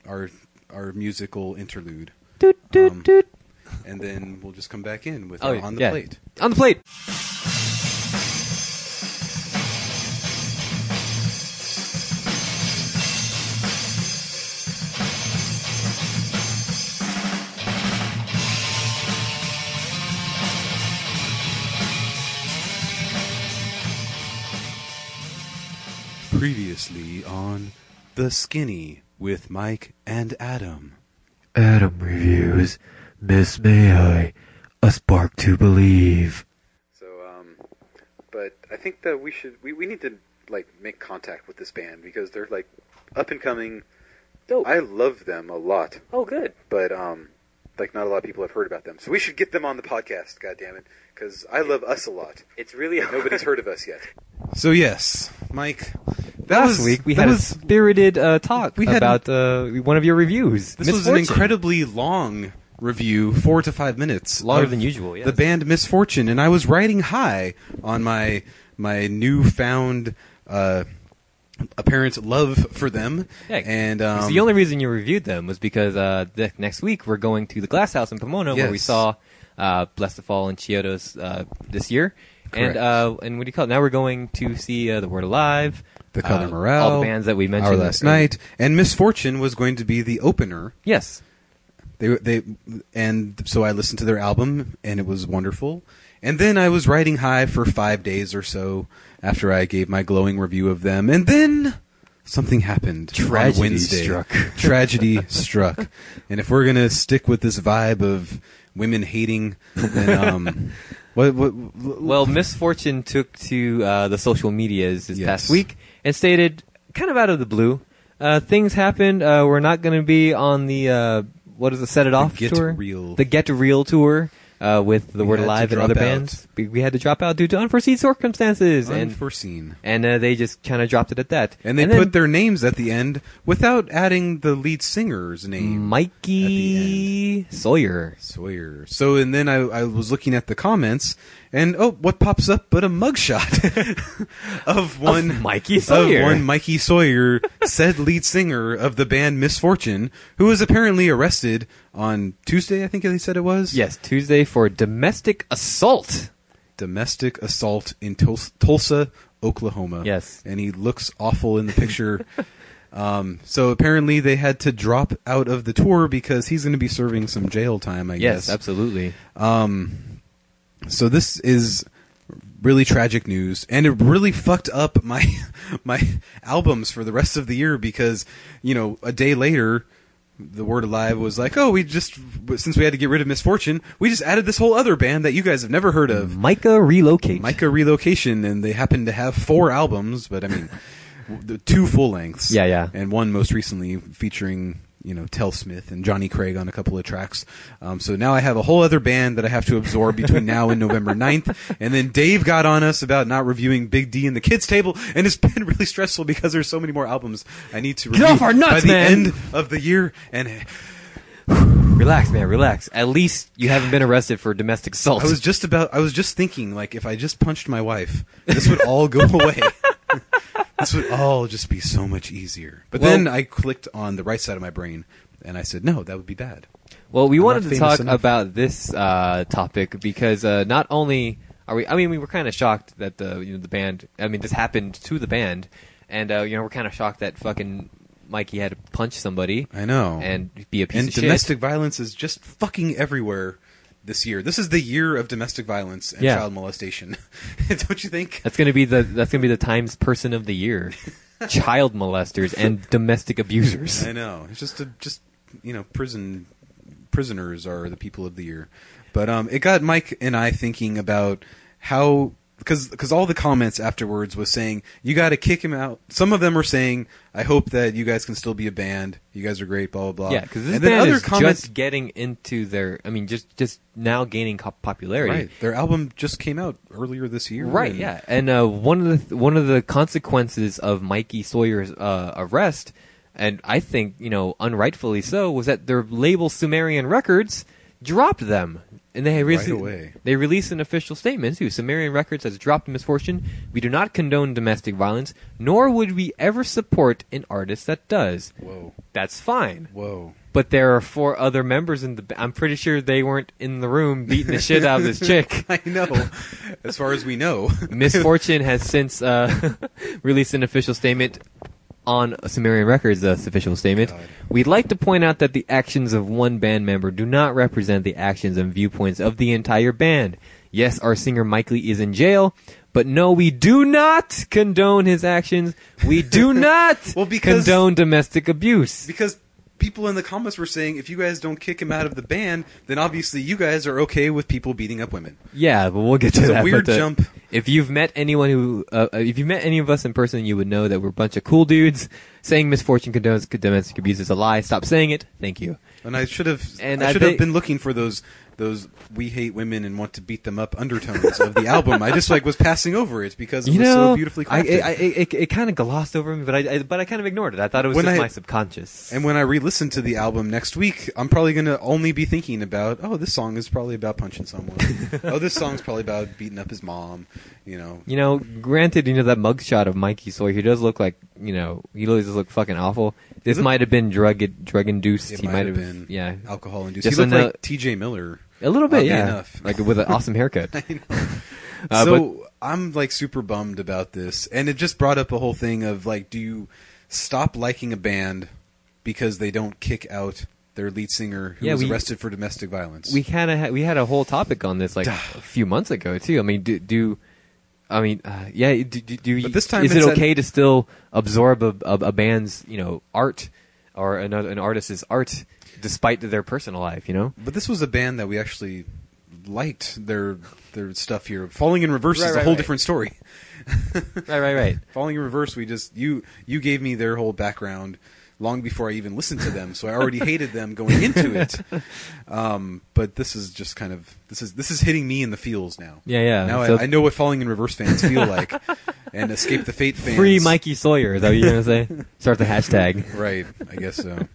A: our our musical interlude.
B: doot, doot,
A: um,
B: doot.
A: and then we'll just come back in with
B: Oh,
A: uh, on the
B: yeah.
A: plate.
B: On the plate.
A: Previously on the skinny with Mike and Adam.
D: Adam reviews Miss May I, a spark to believe.
A: So, um, but I think that we should we, we need to like make contact with this band because they're like up and coming.
B: Dope.
A: I love them a lot,
B: Oh, good.
A: but um, like not a lot of people have heard about them. So we should get them on the podcast. God damn it, because I love us a lot.
B: It's really
A: Nobody's heard of us yet. So yes, Mike. That
B: Last
A: was,
B: week we
A: that
B: had a
A: was-
B: spirited uh, talk
A: We had-
B: about uh, one of your reviews.
A: This was an
B: Misfortune.
A: incredibly long review, four to five minutes,
B: Longer
A: of
B: than usual, yes.
A: The band Misfortune, and I was riding high on my my newfound uh, apparent love for them.
B: Yeah,
A: and
B: it's
A: um,
B: the only reason you reviewed them was because uh, the next week we're going to the Glass House in Pomona where we
A: Yes.
B: saw uh, Bless the Fall and Chiodos uh, this year.
A: Correct.
B: And uh, and what do you call it? Now we're going to see uh, the Word Alive,
A: the color
B: uh,
A: morale,
B: all the bands that we mentioned
A: our last
B: earlier.
A: night, and Misfortune was going to be the opener.
B: Yes,
A: They they and so I listened to their album, and it was wonderful. And then I was riding high for five days or so after I gave my glowing review of them, and then something happened
B: Tragedy
A: on Wednesday.
B: struck.
A: *laughs* Tragedy struck. And if we're gonna stick with this vibe of women hating, then
B: *laughs*
A: um, what, what,
B: Well, Misfortune took to uh, the social medias this
A: Yes.
B: past week and stated, kind of out of the blue, uh, things happened. Uh, we're not going to be on the uh, what is it, Set It Off
A: Get
B: tour,
A: Real.
B: the Get Real tour uh, with the
A: We
B: Word
A: had to
B: Alive and
A: drop
B: other
A: out.
B: bands. We, we had to drop out due to unforeseen circumstances, and
A: unforeseen.
B: and uh, they just kind of dropped it at that.
A: And they
B: then
A: put their names at the end without adding the lead singer's name.
B: Mikey Sawyer.
A: Sawyer. So, and then I, I was looking at the comments, and oh, what pops up but a mugshot *laughs* of one
B: Mikey Sawyer.
A: of one Mikey Sawyer, said lead singer of the band Misfortune, who was apparently arrested on Tuesday. I think they said it was.
B: Yes, Tuesday for domestic assault.
A: domestic assault in Tul- Tulsa, Oklahoma.
B: Yes.
A: and he looks awful in the picture. *laughs* um, so apparently they had to drop out of the tour because he's going to be serving some jail time. I
B: Yes,
A: guess.
B: absolutely.
A: So this is really tragic news, and it really fucked up my *laughs* my albums for the rest of the year because you know a day later. The word alive was like, oh, we just since we had to get rid of misfortune, we just added this whole other band that you guys have never heard
B: Mm-hmm.
A: of.
B: Micah relocate.
A: Micah Relocation, and they happen to have four albums, but I mean, w- the two full lengths.
B: Yeah, yeah.
A: And one most recently featuring, you know, Tell Smith and Johnny Craig on a couple of tracks. Um, so now I have a whole other band that I have to absorb between now and November 9th.
B: *laughs*
A: And then Dave got on us about not reviewing Big D and the Kids Table, and it's been *laughs* really stressful because there's so many more albums I need to review
B: off our nuts,
A: by the
B: man.
A: end of the year. And
B: Relax, man, relax. At least you haven't been arrested for domestic assault.
A: I was just about. I was just thinking, like, if I just punched my wife, this would all
B: *laughs*
A: go away. this would all just be so much easier. But
B: Well-
A: then I clicked on the right side of my brain, and I said, "No, that would be bad."
B: well, we
A: I'm
B: wanted
A: not
B: to
A: famous
B: talk
A: enough.
B: about this uh, topic because uh, not only are we, I mean, we were kind of shocked that the you know the band. I mean, this happened to the band, and uh, you know we're kind of shocked that fucking Mikey had to punch somebody.
A: I know.
B: and be a piece
A: and
B: of
A: domestic violence is just fucking everywhere this year. This is the year of domestic violence and
B: Yeah.
A: child molestation. *laughs* Don't you think?
B: shit. That's gonna be the that's gonna be the Times Person of
A: *laughs*
B: the Year, child molesters and domestic abusers.
A: I know. It's just a just you know prison prisoners are the people of the year. But um, it got Mike and I thinking about how because because all the comments afterwards was saying you got to kick him out. Some of them are saying, "I hope that you guys can still be a band. You guys are great." Blah blah blah.
B: Yeah, because this
A: and
B: band
A: then other
B: is
A: comments.
B: just getting into their. I mean, just just now gaining co- popularity.
A: Right, their album just came out earlier this year.
B: Right,
A: and-
B: yeah, and uh, one of the one of the consequences of Mikey Sawyer's uh, arrest, and I think you know unrightfully so, was that their label Sumerian Records dropped them, and they released
A: away.
B: they released an official statement too. Sumerian Records has dropped misfortune. We do not condone domestic violence, nor would we ever support an artist that does.
A: Whoa,
B: That's fine.
A: whoa. *laughs*
B: But there are four other members in the. ba- I'm pretty sure they weren't in the room beating the shit out of this chick.
A: I know. as far as we know, *laughs*
B: *laughs* Misfortune has since uh, *laughs* released an official statement on Sumerian Records' uh, official statement.
A: God.
B: We'd like to point out that the actions of one band member do not represent the actions and viewpoints of the entire band. Yes, our singer Mike Lee is in jail, but no, we do not condone his actions.
A: *laughs*
B: We do not
A: Well, because-
B: condone domestic abuse.
A: because people in the comments were saying if you guys don't kick him out of the band, then obviously you guys are okay with people beating up women.
B: Yeah, but we'll get to
A: It's a
B: that. but
A: weird
B: the-
A: jump.
B: If you've met anyone who, uh, uh, if you met any of us in person, you would know that we're a bunch of cool dudes. Saying misfortune condones domestic abuse is a lie. Stop saying it. Thank you.
A: And I should have
B: And I
A: I should
B: bet-
A: have been looking for those those we hate women and want to beat them up undertones of the album. I just like was passing over it because it
B: You
A: was
B: know,
A: so beautifully
B: I,
A: crafted.
B: I, I, it, it kind of glossed over me, but I, I, but I kind of ignored it. I thought it was
A: When
B: just
A: I-
B: my subconscious.
A: and when I re-listen to the album next week, I'm probably going to only be thinking about, oh, this song is probably about punching
B: *laughs*
A: someone. oh, this song's probably about beating up his mom. You know,
B: you know, granted, you know that mugshot of Mikey Sawyer, he does look like, you know, he does look fucking awful. This
A: Look-
B: might have been drug drug induced.
A: it
B: he
A: might have been
B: yeah,
A: alcohol induced.
B: Just
A: he looked
B: so no-
A: like T.J. Miller.
B: a little bit,
A: Oddly
B: yeah,
A: enough.
B: like with an
A: *laughs*
B: awesome haircut. *laughs* Uh,
A: so I'm like super bummed about this, and it just brought up a whole thing of like, do you stop liking a band because they don't kick out their lead singer who
B: Yeah,
A: was
B: we-
A: arrested for domestic violence?
B: we kind of ha- we had a whole topic on this like a few months ago too. I mean, do, do I mean, uh, yeah, do, do, do you,
A: But this time
B: is
A: it's
B: it
A: at-
B: okay to still absorb a, a, a band's you know art or another an artist's art despite their personal life?
A: *laughs*
B: You know,
A: but this was a band that we actually liked their their stuff here. Falling in Reverse
B: Right,
A: is a
B: right,
A: whole
B: right.
A: different story.
B: right, right, right.
A: Falling in Reverse, we just you you gave me their whole background long before I even listened to them, so I already hated them going into
B: *laughs*
A: it. Um, but this is just kind of this is this is hitting me in the feels now.
B: Yeah, yeah.
A: Now
B: So-
A: I, I know what Falling in Reverse fans feel like,
B: *laughs*
A: and Escape the Fate fans.
B: Free Mikey Sawyer. Is that what you're
A: *laughs*
B: gonna say? Start the hashtag.
A: Right, I guess so.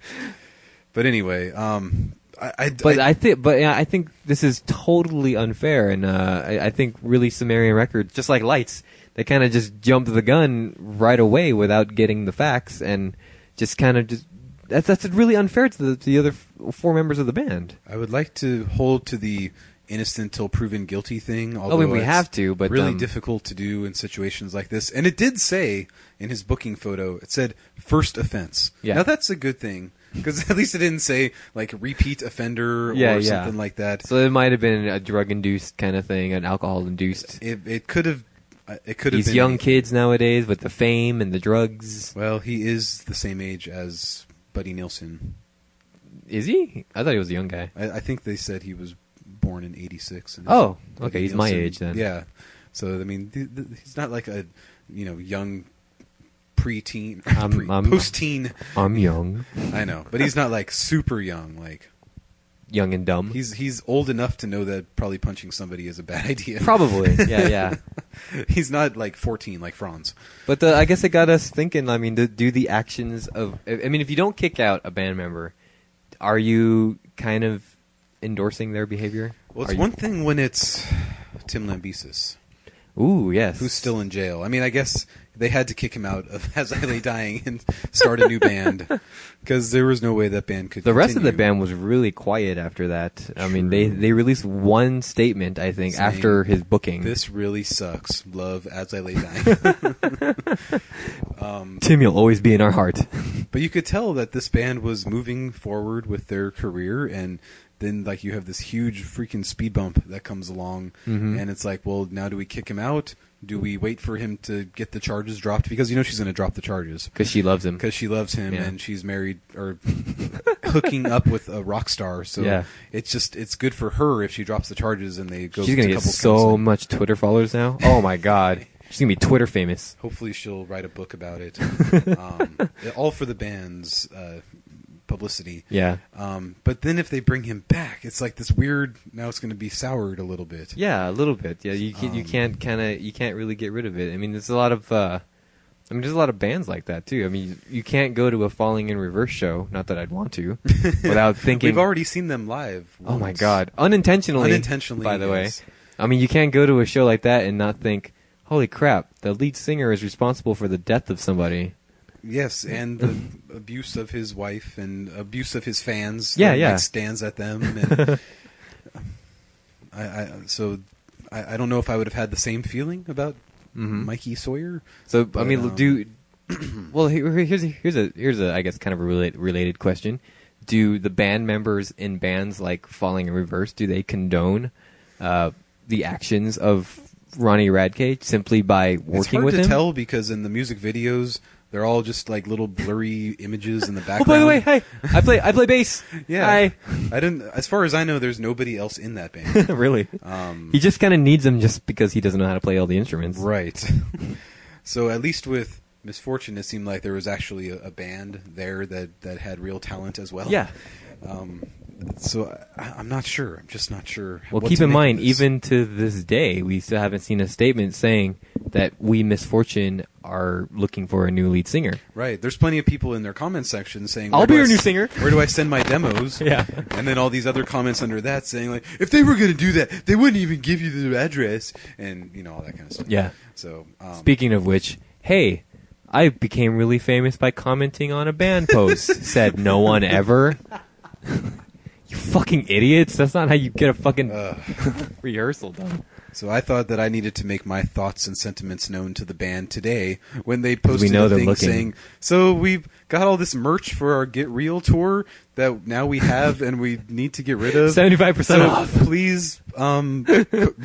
A: But anyway, um, I, I,
B: But
A: I-
B: I think, but yeah, I think this is totally unfair, and uh, I, I think really Sumerian Records, just like Lights, they kind of just jumped the gun right away without getting the facts, and just kind of just that's that's really unfair to the, to the other f- four members of the band.
A: I would like to hold to the innocent till proven guilty thing. Although
B: we
A: it's
B: have to, but,
A: really
B: um,
A: difficult to do in situations like this. And it did say in his booking photo, it said first offense.
B: Yeah.
A: Now that's a good thing because *laughs* at least it didn't say like repeat offender
B: Yeah,
A: or
B: yeah.
A: something like that.
B: So it might have been a drug induced kind of thing, an alcohol induced.
A: it it could have uh, it could have
B: These
A: been
B: young
A: anything.
B: kids nowadays with the fame and the drugs.
A: Well, he is the same age as Buddy Nielsen.
B: Is he? I thought he was a young guy.
A: I, I think they said he was born in '86. and
B: Oh,
A: Buddy
B: okay, he's my age then.
A: Yeah. So I mean, th- th- he's not like a you know young preteen, *laughs*
B: I'm-
A: pre-
B: I'm-
A: post-teen.
B: I'm young,
A: I know, but he's not like super young. Like
B: young and dumb.
A: he's he's old enough to know that probably punching somebody is a bad *laughs* idea.
B: probably. Yeah, yeah.
A: he's not like 14 like Franz.
B: But the, I guess it got us thinking. I mean, do, do the actions of? I I mean, if you don't kick out a band member, are you kind of endorsing their behavior?
A: Well, it's
B: Are you-
A: one thing when it's Tim Lambesis.
B: Ooh, yes.
A: who's still in jail. I mean, I guess they had to kick him out of *laughs* As I Lay Dying and start a new
B: *laughs*
A: band because there was no way that band could.
B: the rest of the
A: continue.
B: band was really quiet after that. I mean, they they released one statement, I think,
A: Saying,
B: after his booking.
A: This really sucks. Love As I Lay
B: *laughs*
A: Dying.
B: Tim, you'll always be in our heart. *laughs*
A: but you could tell that this band was moving forward with their career and. Then, like,
B: Mm-hmm.
A: you have this huge freaking speed bump that comes along, and it's like, well, now do we kick him out? Do we wait for him to get the charges dropped? Because you know she's going to drop the charges
B: because she loves him.
A: because she loves him
B: Yeah.
A: and she's married or *laughs* hooking up with a rock star. So
B: Yeah.
A: it's just it's good for her if she drops the charges and they go.
B: She's gonna
A: to
B: get
A: couples
B: so
A: counseling.
B: much Twitter followers now. Oh my
A: *laughs*
B: god, she's gonna be Twitter famous.
A: Hopefully, she'll write a book about
B: *laughs*
A: it. um, all for the band's uh, publicity.
B: Yeah,
A: Um, but then if they bring him back, it's like this weird. Now it's going to be soured a little bit.
B: yeah, a little bit. Yeah, you can, you
A: Um,
B: can't kind of you can't really get rid of it. I mean, there's a lot of uh, I mean, there's a lot of bands like that too. I mean, you, you can't go to a Falling in Reverse show. Not that I'd
A: *laughs*
B: want to, without thinking.
A: We've already seen them live.
B: Oh my
A: once.
B: god, unintentionally.
A: Unintentionally,
B: by the
A: yes.
B: way. I mean, you can't go to a show like that and not think, "Holy crap, the lead singer is responsible for the death of somebody."
A: Yes, and the abuse of his wife and abuse of his fans.
B: Yeah,
A: that,
B: yeah.
A: Like, stands at them.
B: *laughs*
A: And I, I so I, I don't know if I would have had the same feeling about
B: Mm-hmm.
A: Mikey Sawyer.
B: So I
A: But,
B: mean,
A: um,
B: do *clears throat* well. he- Here's a, here's a here's a I guess kind of a related related question. Do the band members in bands like Falling in Reverse do they condone uh, the actions of Ronnie Radke simply by working
A: it's hard
B: with
A: to
B: him?
A: tell because in the music videos they're all just like little blurry images in the
B: *laughs* oh,
A: background.
B: by the way, hey, I play I play bass.
A: *laughs* yeah,
B: Hi. *laughs*
A: I didn't. As far as I know, there's nobody else in that band.
B: really.
A: Um,
B: He just kind of needs them just because he doesn't know how to play all the instruments.
A: Right. *laughs* so at least with Misfortune, it seemed like there was actually a, a band there that, that had real talent as well.
B: Yeah.
A: Um, so I, I'm not sure. I'm just not sure.
B: Well,
A: what
B: keep
A: to
B: in
A: make of
B: mind,
A: this.
B: even to this day, we still haven't seen a statement saying that we misfortune are looking for a new lead singer.
A: right, there's plenty of people in their comment section saying,
B: I'll
A: "Where
B: be
A: do
B: your
A: I
B: new
A: s-
B: singer."
A: Where do I send my demos?"
B: *laughs* Yeah.
A: and then all these other comments under that saying, "Like, if they were going to do that, they wouldn't even give you the address," and you know all that kind of stuff.
B: Yeah.
A: So um,
B: Speaking of which, hey, I became really famous by commenting on a band
A: *laughs*
B: post. Said no one ever. *laughs* you fucking idiots! That's not how you get a fucking
A: Ugh.
B: *laughs* rehearsal
A: *laughs*
B: done.
A: So I thought that I needed to make my thoughts and sentiments known to the band today when they posted
B: We know
A: a
B: they're
A: thing
B: looking.
A: saying, "So we've got all this merch for our Get Real tour that now we have and we need to get rid
B: *laughs*
A: of."
B: Seventy-five percent
A: so
B: off.
A: please um, *laughs* c-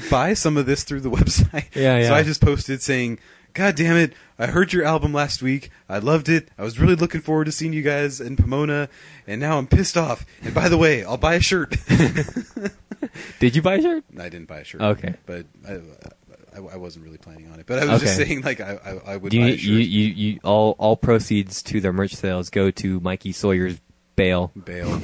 A: buy some of this through the *laughs* website.
B: Yeah,
A: So
B: yeah.
A: I just posted saying, "God damn it! I heard your album last week. I loved it. I was really looking forward to seeing you guys in Pomona, and now I'm pissed off. And by the way, I'll buy a shirt." *laughs*
B: Did you buy a shirt?
A: I didn't buy a shirt.
B: Okay.
A: but I, I, I wasn't really planning on it. But I was just
B: Okay.
A: saying, like, I, I, I would
B: Do you,
A: buy a shirt.
B: you, you, you, all all proceeds to their merch sales go to Mikey Sawyer's
A: *laughs*
B: bail.
A: Bail.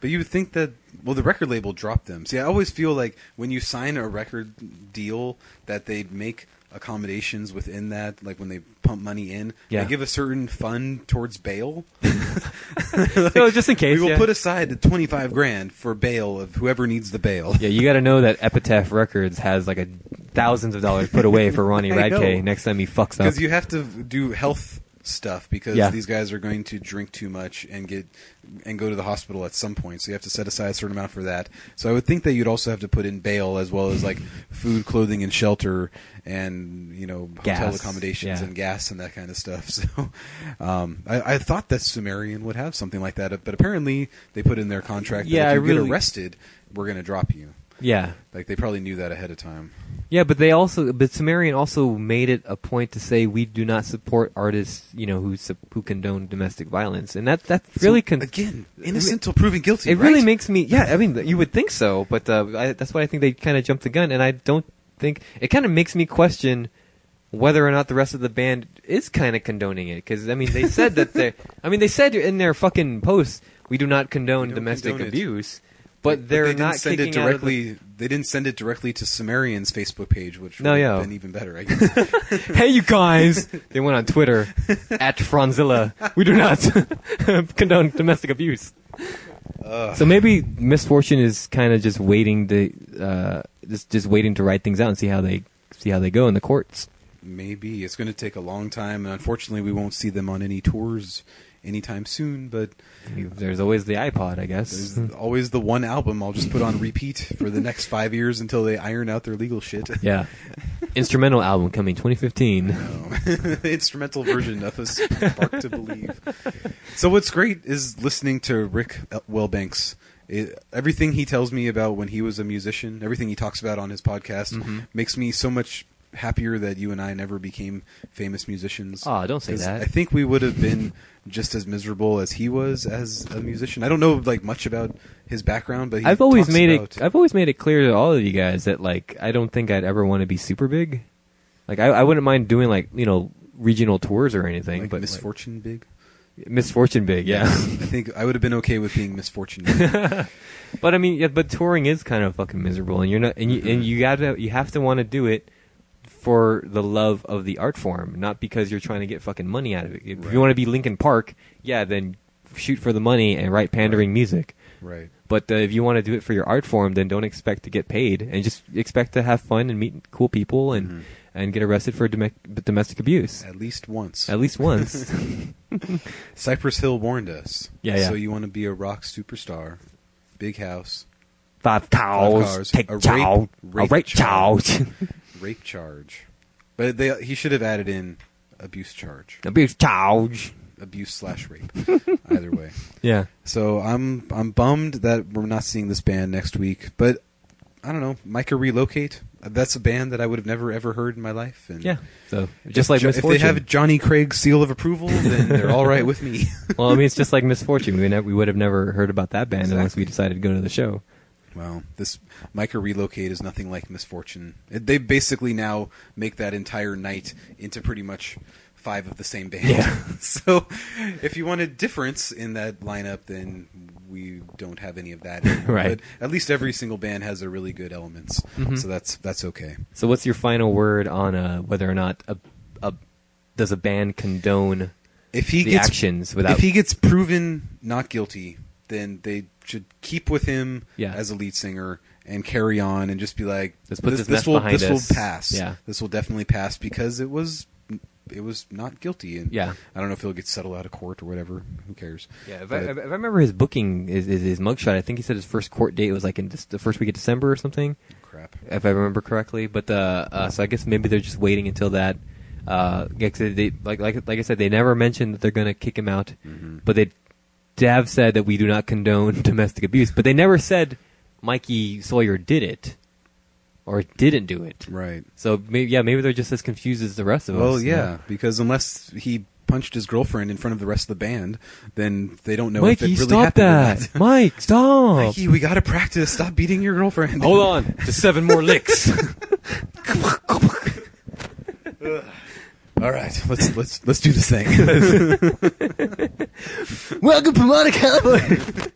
A: But you would think that well, the record label dropped them. See, I always feel like when you sign a record deal, that they make accommodations within that. Like when they pump money in,
B: Yeah.
A: they give a certain fund towards bail.
B: no, just in case.
A: we will
B: yeah.
A: put aside twenty five grand for bail of whoever needs the bail.
B: Yeah, you got to know that Epitaph Records has like a thousands of dollars put away for
A: *laughs*
B: Ronnie
A: I know.
B: Radke next time he fucks up.
A: because you have to do health stuff because
B: Yeah.
A: these guys are going to drink too much and get and go to the hospital at some point. So you have to set aside a certain amount for that. So I would think that you'd also have to put in bail as well as like food, clothing, and shelter, and you know hotel
B: Gas.
A: accommodations
B: Yeah.
A: and gas and that kind of stuff. *laughs* So um, I, I thought that Sumerian would have something like that, but apparently they put in their contract.
B: Yeah,
A: that
B: I
A: if you
B: really-
A: get arrested, we're going to drop you.
B: yeah,
A: Like they probably knew that ahead of time.
B: yeah, but they also, but Sumerian also made it a point to say we do not support artists, you know, who sup- who condone domestic violence, and that that's really con-
A: Again, innocent till proven guilty.
B: It really
A: right?
B: makes me, yeah. I mean, you would think so, but uh, I, that's why I think they kind of jumped the gun, and I don't think it kind of makes me question whether or not the rest of the band is kind of condoning it. Because I mean, they said that they, *laughs* I mean, they said in their fucking posts, we do not condone
A: We don't
B: domestic
A: condone it."
B: abuse, but they're
A: they didn't
B: not
A: send
B: kicking
A: it
B: out of the-
A: directly. They didn't send it directly to Sumerian's Facebook page, which
B: No,
A: would
B: yeah.
A: have been even better. I guess.
B: *laughs* hey, you guys! *laughs* they went on Twitter at Franzilla. We do not *laughs* condone domestic abuse. So maybe misfortune is kind of just waiting to uh, just just waiting to write things out and see how they see how they go in the courts.
A: Maybe it's going to take a long time, and unfortunately, we won't see them on any tours anytime soon. But
B: There's always the iPod, I guess.
A: there's always the one album I'll just put on repeat for the next five years until they iron out their legal shit. *laughs*
B: *laughs* Yeah, instrumental album coming 2015.
A: The *laughs* instrumental version of a spark to believe. So what's great is listening to Rick Wellbanks. It,
B: Mm-hmm.
A: everything he tells me about when he was a musician, everything he talks about on his podcast, makes me so much happier that you and I never became famous musicians.
B: Aw, don't say
A: 'Cause
B: that.
A: I think we would have been just as miserable as he was as a musician. I don't know like much about his background, but he
B: I've always
A: talks
B: made
A: about-
B: it. I've always made it clear to all of you guys that like I don't think I'd ever want to be super big. Like I, I wouldn't mind doing like you know regional tours or anything,
A: like
B: but like,
A: misfortune big.
B: misfortune big, yeah.
A: I think I would have been okay with being misfortune. big.
B: *laughs* but I mean, yeah, but touring is kind of fucking miserable, and you're not, and you, and you gotta, you have to want to do it for the love of the art form, not because you're trying to get fucking money out of it. If
A: Right.
B: you want to be Linkin Park, yeah, then shoot for the money and write pandering music.
A: right.
B: But uh, if you want to do it for your art form, then don't expect to get paid, and just expect to have fun and meet cool people and
A: Mhm.
B: and get arrested for domec- domestic abuse
A: At least once.
B: at least once.
A: *laughs*
B: *laughs*
A: Cypress Hill warned us.
B: Yeah, yeah.
A: So you want to be a rock superstar, big house,
B: Five cows,
A: cars,
B: take
A: a rape-
B: child,
A: rape
B: a rape
A: charge.
B: *laughs* child.
A: rape charge. But they, he should have added in abuse charge,
B: abuse charge.
A: abuse slash
B: *laughs*
A: rape, either way.
B: Yeah.
A: So I'm I'm bummed that we're not seeing this band next week. But I don't know, Micah relocate. That's a band that I would have never ever heard in my life. And
B: Yeah. So just like
A: Jo- if
B: misfortune.
A: they have Johnny Craig's seal of approval, then they're all right with
B: *laughs*
A: me.
B: well, I mean, it's just like misfortune. We, ne- we would have never heard about that band unless we
A: Exactly.
B: decided to go to the show.
A: Well, this Micah relocate is nothing like misfortune. It- They basically now make that entire night into pretty much five of the same band.
B: Yeah.
A: *laughs* so, if you want a difference in that lineup, then we don't have any of that.
B: *laughs* Right. Mm-hmm.
A: But at least every single band has their really good elements, so that's that's okay.
B: So, what's your final word on uh, whether or not a, a does a band condone
A: If he
B: the
A: gets
B: actions without?
A: if he gets proven not guilty, then they should keep with him
B: Yeah.
A: as a lead singer and carry on and just be like,
B: Let's put
A: this,
B: this mess
A: will
B: behind
A: this
B: us."
A: will pass.
B: Yeah.
A: this will definitely pass because it was it was not guilty. And
B: Yeah.
A: I don't know if he'll get settled out of court or whatever. Who cares?
B: yeah, if I,
A: But
B: if I remember his booking, his, his, his mugshot, I think he said his first court date was like in just the first week of December or something.
A: crap.
B: if I remember correctly. But uh, uh, so I guess maybe they're just waiting until that. Uh, yeah, 'cause they, like like like I said, they never mentioned that they're going to kick him out,
A: Mm-hmm.
B: but they, they have said that we do not condone *laughs* domestic abuse. But they never said Mikey Sawyer did it or didn't do it.
A: Right.
B: So maybe yeah, maybe they're just as confused as the rest of us.
A: Well,
B: you know?
A: yeah, because unless he punched his girlfriend in front of the rest of the band, then they don't know if it
B: Mikey,
A: really
B: stop
A: happened or
B: that!
A: not.
B: Mike,
A: *laughs*
B: stop!
A: Mikey, we gotta practice. Stop beating your girlfriend.
B: Hold on, just seven
A: *laughs*
B: more licks.
A: All right, let's let's let's do this thing.
B: *laughs* Welcome to Monica.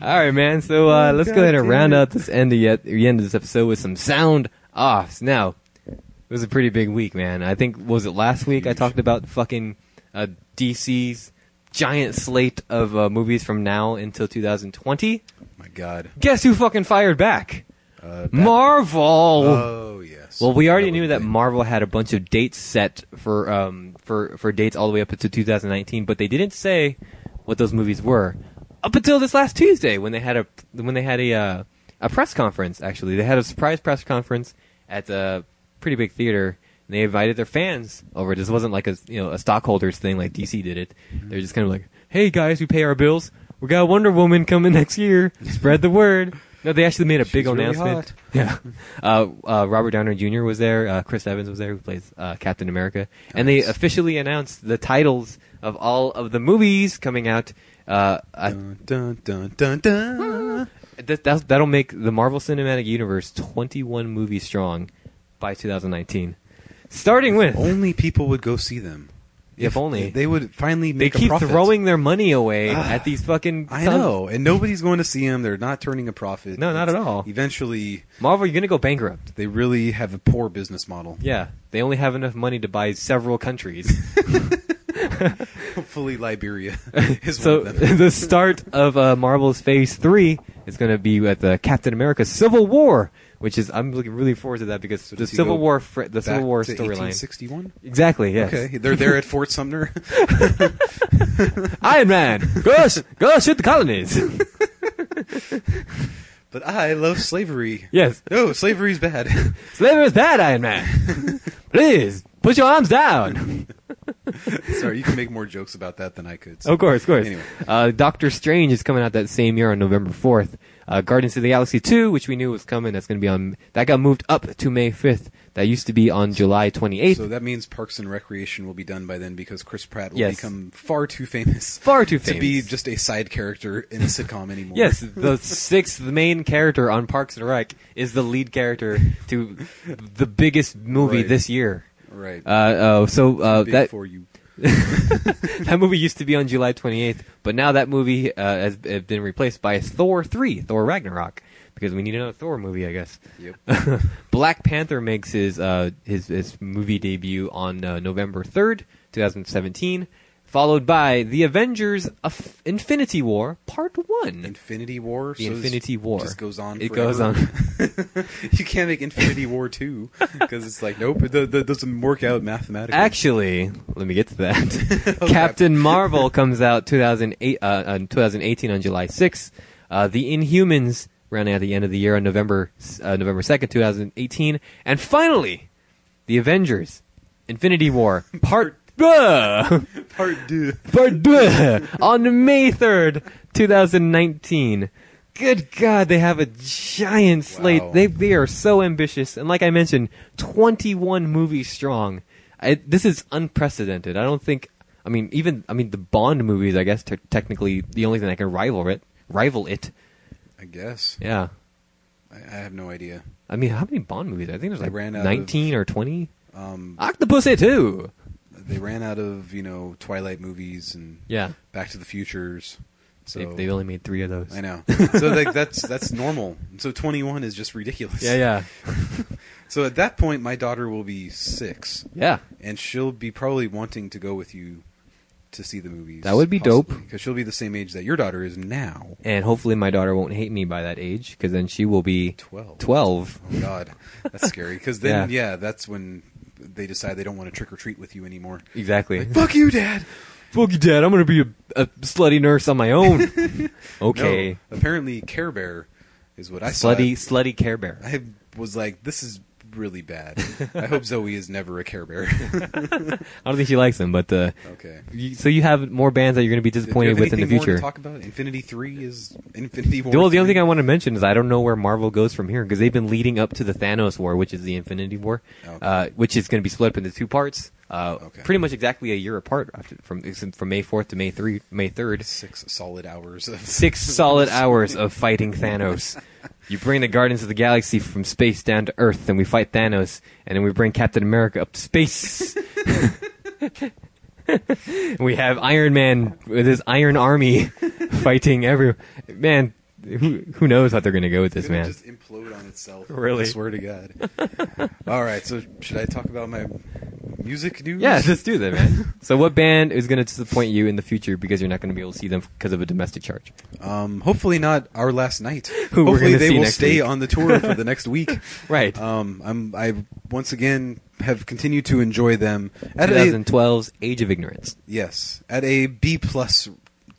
B: All right, man. So uh, let's go ahead and round out this end of yet the end of this episode with some sound offs. Now, it was a pretty big week, man. I think was it last week I talked about fucking uh, DC's giant slate of uh, movies from now until 2020.
A: *laughs* My God.
B: Guess who fucking fired back?
A: Uh, Bat-
B: Marvel.
A: Oh yes.
B: well, we already
A: That
B: knew
A: would
B: that
A: be-
B: Marvel had a bunch of dates set for um for for dates all the way up to 2019, but they didn't say what those movies were up until this last Tuesday when they had a when they had a uh, a press conference. Actually, they had a surprise press conference at a pretty big theater. And they invited their fans over. This wasn't like a you know a stockholders thing like DC did it.
A: Mm-hmm.
B: They're just kind of like, hey guys, we pay our bills. We got Wonder Woman coming next year. Spread the word.
A: *laughs*
B: No, they actually made a big
A: She's really
B: announcement.
A: hot.
B: *laughs* Yeah. Uh, uh, Robert Downer Jr. was there. Uh, Chris Evans was there, who plays uh, Captain America. And they
A: Nice.
B: officially announced the titles of all of the movies coming out. Uh, I,
A: Dun, dun, dun, dun, dun.
B: that, that's- that'll make the Marvel Cinematic Universe 21 movies strong by 2019. Starting with,
A: Only people would go see them.
B: if only,
A: They would finally
B: they
A: make. a
B: keep
A: profit. Ah,
B: throwing their money away at these fucking.
A: I
B: sons-
A: know, and nobody's going to see them. They're not turning a profit.
B: No, not at all.
A: Eventually,
B: Marvel, you're going to go bankrupt.
A: they really have a poor business model.
B: Yeah. They only have enough money to buy several countries.
A: *laughs* Hopefully,
B: *laughs*
A: Liberia is
B: So *laughs*
A: one of them.
B: the start of uh, Marvel's Phase Three is going to be with uh, Captain America: Civil War, which is I'm looking really forward to that because the
A: does he
B: Civil
A: go
B: War, fr- the
A: Back
B: Civil War
A: to
B: storyline.
A: 1861.
B: Exactly. Yes.
A: Okay, they're there at Fort
B: *laughs*
A: Sumner.
B: Iron Man, go, sh- go shoot
A: *laughs*
B: the colonies.
A: but I love
B: *laughs*
A: slavery.
B: yes,
A: No, slavery's bad. *laughs* *laughs*
B: slavery is bad, Iron Man. Please put your arms down.
A: Sorry, you can make more jokes about that than I could. so-
B: Of course, of course.
A: Anyway.
B: Uh, Doctor Strange is coming out that same year on November 4th. Uh, Guardians of the Galaxy 2, which we knew was coming, that's going to be on, that got moved up to May 5th. That used to be on July 28th.
A: So that means Parks and Recreation will be done by then because Chris Pratt will
B: Yes.
A: become far too famous
B: *laughs* Far too famous.
A: to be just a side character in a sitcom anymore.
B: Yes, the sixth main character on Parks and Rec is the lead character to the biggest movie
A: Right.
B: this year.
A: Right.
B: Uh, uh, so uh,
A: Big
B: that
A: for you.
B: that movie used to be on July 28th, but now that movie uh, has has been replaced by Thor 3, Thor Ragnarok, because we need another Thor movie, I guess.
A: Yep.
B: *laughs* Black Panther makes his uh, his, his movie debut on uh, November 3rd, 2017, followed by The Avengers Af- Infinity War Part 1.
A: Infinity War.
B: The
A: so this
B: Infinity War.
A: just goes on.
B: It goes
A: forever. *laughs* you can't make Infinity War two because it's like nope, it, it doesn't work out mathematically.
B: *laughs* Actually, let me get to
A: *laughs*
B: that. *laughs* Captain Marvel comes out 2008, uh, uh, 2018 on July 6th. Uh, the Inhumans rounding out the end of the year on November uh, November 2nd, 2018. And finally, the Avengers,
A: *laughs*
B: Infinity War, part... *laughs* Part
A: part two.
B: two *laughs* on May 3rd, 2019. Good God, they have a giant slate.
A: Wow.
B: They they are so ambitious, and like I mentioned, 21 movies strong. I, this is unprecedented. I don't think. I mean, even I mean the Bond movies. I guess te- technically the only thing that can rival it. Rival it.
A: I guess.
B: Yeah.
A: I, I have no idea.
B: I mean, how many Bond movies? I think there's
A: They
B: like
A: ran out of-
B: 19 or 20.
A: Um,
B: Octopus too.
A: they ran out of you know Twilight movies and
B: Yeah.
A: Back to the Futures. So
B: They, they only made three of those.
A: I
B: *laughs*
A: know. So like that's that's normal. So 21 is just ridiculous.
B: Yeah, yeah,
A: So at that point, my daughter will be six,
B: yeah.
A: and she'll be probably wanting to go with you to see the movies.
B: That would be dope.
A: because she'll be the same age that your daughter is now.
B: and hopefully my daughter won't hate me by that age because then she will be
A: 12.
B: 12
A: Oh God, that's scary. Because then,
B: Yeah.
A: yeah. that's when they decide they don't want to trick or treat with you anymore.
B: exactly
A: Like, Fuck you, Dad.
B: *laughs* fuck you dad i'm gonna be a, a slutty nurse on my own *laughs* okay
A: No, apparently, Care Bear is what I saw.
B: slutty slutty care bear
A: I was like, this is really
B: *laughs*
A: bad. I hope Zoe is never a Care Bear.
B: i don't think she likes him but uh
A: okay.
B: you, so you have more bands that you're gonna be disappointed
A: Do you
B: with
A: have
B: in the
A: anything more
B: future
A: To talk about Infinity Three is Infinity War.
B: well, the only
A: 3?
B: thing I want to mention is I don't know where Marvel goes from here because they've been leading up to the Thanos War, which is the Infinity War,
A: Okay.
B: uh, which is going to be split up into two parts, uh,
A: Okay.
B: pretty much exactly a year apart after, from from May fourth to May three, May third.
A: six solid hours of
B: six solid hours of fighting Thanos. You bring the Guardians of the Galaxy from space down to Earth, and we fight Thanos, and then we bring Captain America up to space. *laughs* And we have Iron Man with his Iron Army *laughs* fighting every man. Who who knows how they're gonna go with this
A: It's *laughs* gonna
B: man?
A: just implode on itself.
B: Really?
A: I swear to God.
B: *laughs*
A: All right, so should I talk about my music news?
B: Yeah, let's do that, man. so, what band is gonna disappoint you in the future because you're not gonna be able to see them because of a domestic charge?
A: Um, hopefully not our last night.
B: *laughs* Who we're
A: hopefully
B: gonna
A: they
B: see
A: will
B: next
A: stay
B: week.
A: on the tour for the next week.
B: *laughs* Right.
A: Um, I'm I once again have continued to enjoy them at a
B: 2012's Age of Ignorance.
A: yes at a B plus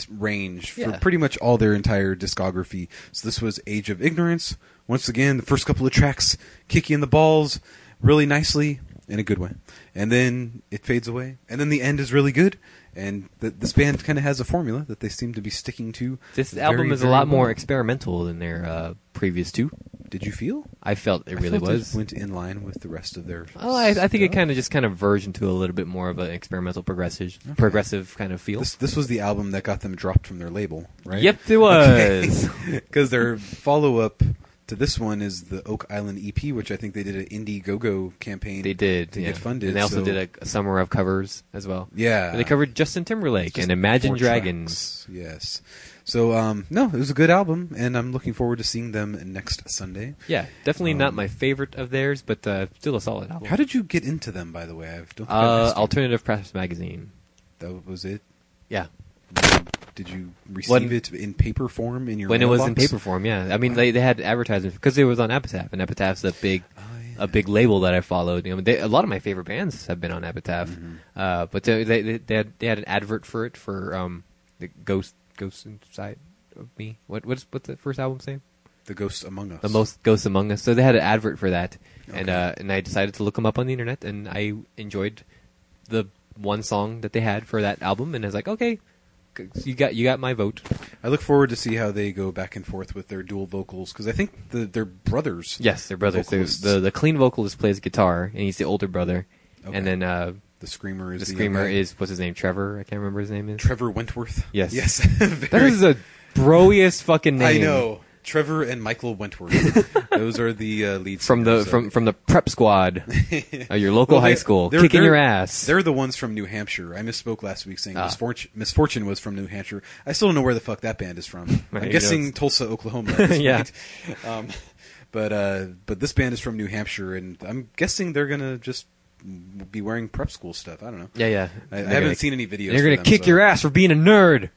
A: range for
B: Yeah.
A: pretty much all their entire discography. So this was Age of Ignorance. Once again, the first couple of tracks kick you in the balls really nicely in a good way, and then it fades away, and then the end is really good. And th- this band kind of has a formula that they seem to be sticking to.
B: This
A: very,
B: album is a
A: very
B: lot
A: well.
B: more experimental than their uh, previous two.
A: Did you feel?
B: I felt it
A: I
B: really
A: thought
B: was.
A: went in line with the rest of their.
B: Oh, I, I think it
A: stuff.
B: kind of just kind of verged into a little bit more of an experimental progressive progressive kind of feel.
A: This this was the album that got them dropped from their label, right?
B: Yep,
A: *laughs*
B: it was. *laughs*
A: Because their follow up to this one is the Oak Island EP, which I think they did an Indiegogo campaign.
B: They did
A: to
B: yeah.
A: get funded.
B: and they also
A: so-
B: did a, a summer of covers as well.
A: Yeah.
B: they covered Justin Timberlake
A: Just
B: and Imagine
A: four
B: Dragons.
A: tracks, Yes. So um, no, it was a good album, and I'm looking forward to seeing them next Sunday.
B: Yeah, definitely
A: Um,
B: not my favorite of theirs, but uh, still a solid album.
A: How did you get into them, by the way? I don't think I
B: uh,
A: asked you.
B: Alternative Press magazine?
A: that was it.
B: Yeah,
A: Did you receive
B: When-
A: it in paper form in your
B: when it was in
A: mailbox?
B: paper form. Yeah, I mean they they had advertisements because it was on Epitaph, and Epitaph's a big
A: Oh, yeah.
B: a big label that I followed. You know, they, a lot of my favorite bands have been on Epitaph,
A: Mm-hmm.
B: uh, but they they, they, they, had, they had an advert for it for um, the Ghost Ghost Inside of Me. What what's what's the first album's name?
A: The Ghosts Among Us.
B: The most Ghosts Among Us. So they had an advert for that, and
A: Okay.
B: uh, and I decided to look them up on the internet, and I enjoyed the one song that they had for that album, and I was like, okay, c- you got you got my vote.
A: I look forward to see how they go back and forth with their dual vocals because I think the, they're brothers.
B: Yes, they're brothers. They-
A: Vocalists.
B: the the clean vocalist plays guitar, and he's the older brother,
A: Okay.
B: and then uh,
A: The screamer is
B: the
A: the
B: screamer
A: young guy.
B: is what's his name? Trevor. I can't remember his name is.
A: Trevor Wentworth.
B: *laughs* Yes.
A: yes, *laughs*
B: That
A: Very-
B: is a broiest fucking name.
A: I know Trevor and Michael
B: *laughs*
A: Wentworth. Those are the uh, leads
B: From the
A: singers, so-
B: from from the prep *laughs* squad, of your local
A: Well,
B: high
A: they-
B: school,
A: they're-
B: kicking
A: they're-
B: your ass.
A: They're the ones from New Hampshire. I misspoke last week saying
B: Ah.
A: misfortune, misfortune was from New Hampshire. I still don't know where the fuck that band is
B: *laughs*
A: from.
B: Right,
A: I'm
B: who
A: guessing
B: knows?
A: Tulsa,
B: *laughs*
A: Oklahoma. at this
B: Yeah.
A: point. Um, but uh, but this band is from New Hampshire, and I'm guessing they're gonna just be wearing prep school stuff. I don't know.
B: yeah, yeah.
A: I, I
B: They're
A: haven't
B: gonna-
A: seen any videos.
B: They're
A: for
B: gonna
A: them,
B: kick
A: so-
B: your ass for being a nerd.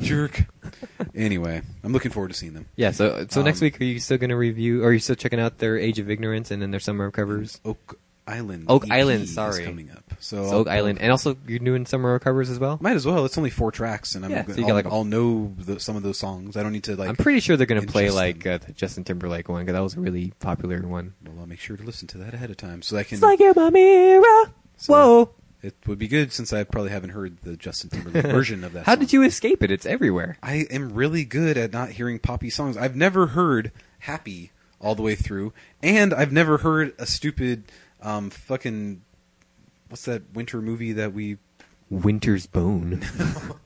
A: jerk. *laughs* anyway, I'm looking forward to seeing them.
B: Yeah, so so next
A: Um,
B: week are you still going to review? Or are you still checking out their Age of Ignorance and then their Summer of Covers?
A: Oak Island.
B: Oak
A: EP
B: Island,
A: is
B: sorry.
A: coming up. So,
B: So
A: I'll-
B: Oak Island, and also you're doing Summer of Covers as well.
A: Might as well. It's only four tracks, and I'm
B: Yeah,
A: go-
B: so you got,
A: I'll,
B: like, a-
A: I'll know the, some of those songs. I don't need to like.
B: I'm pretty sure they're going to play
A: interest
B: like
A: them.
B: uh, the Justin Timberlake one because that was a really popular one.
A: Well, I'll make sure to listen to that ahead of time so I can.
B: It's like in my mirror.
A: so
B: Whoa!
A: It would be good since I probably haven't heard the Justin
B: *laughs*
A: Timberlake version of that.
B: How
A: song.
B: did you escape it? It's everywhere.
A: I am really good at not hearing poppy songs. I've never heard "Happy" all the way through, and I've never heard a stupid um, fucking what's that winter movie that we
B: Winter's Bone.
A: *laughs*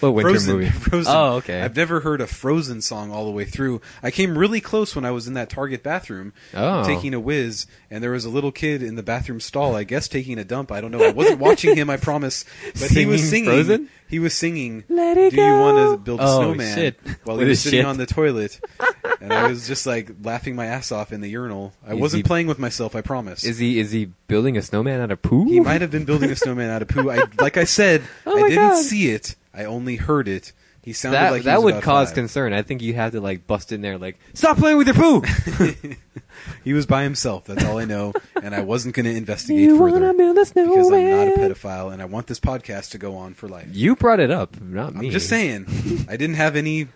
B: what winter
A: Frozen, *laughs*
B: movie?
A: Frozen.
B: Oh, okay.
A: I've never heard a Frozen song all the way through. I came really close when I was in that Target bathroom
B: Oh.
A: taking a whiz, and there was a little kid in the bathroom stall. I guess taking a dump. I don't know. I wasn't watching him. I promise. But he was
B: Singing
A: singing.
B: Frozen?
A: He was singing.
B: Let it
A: Do you want
B: go."
A: to build a
B: Oh,
A: snowman?
B: shit.
A: While
B: With
A: he was
B: his
A: sitting
B: shit.
A: on the toilet, and I was just like laughing my ass off in the urinal. I
B: Is
A: wasn't
B: he-
A: playing with myself. I promise.
B: Is he is he building a snowman out of poo?
A: He might have been building a snowman out of poo. I, like I said,
B: *laughs* Oh
A: I
B: my
A: didn't
B: God.
A: see it. I only heard it. He sounded
B: That
A: like he
B: that
A: was
B: would
A: about
B: cause
A: five.
B: concern. I think you have to like bust in there like stop playing with
A: *laughs*
B: your poo.
A: He was by himself. That's all I know, *laughs* and I wasn't going to investigate further
B: build a
A: because I'm not a pedophile, and I want this podcast to go on for life.
B: You brought it up, not me.
A: I'm just saying,
B: *laughs*
A: I didn't have any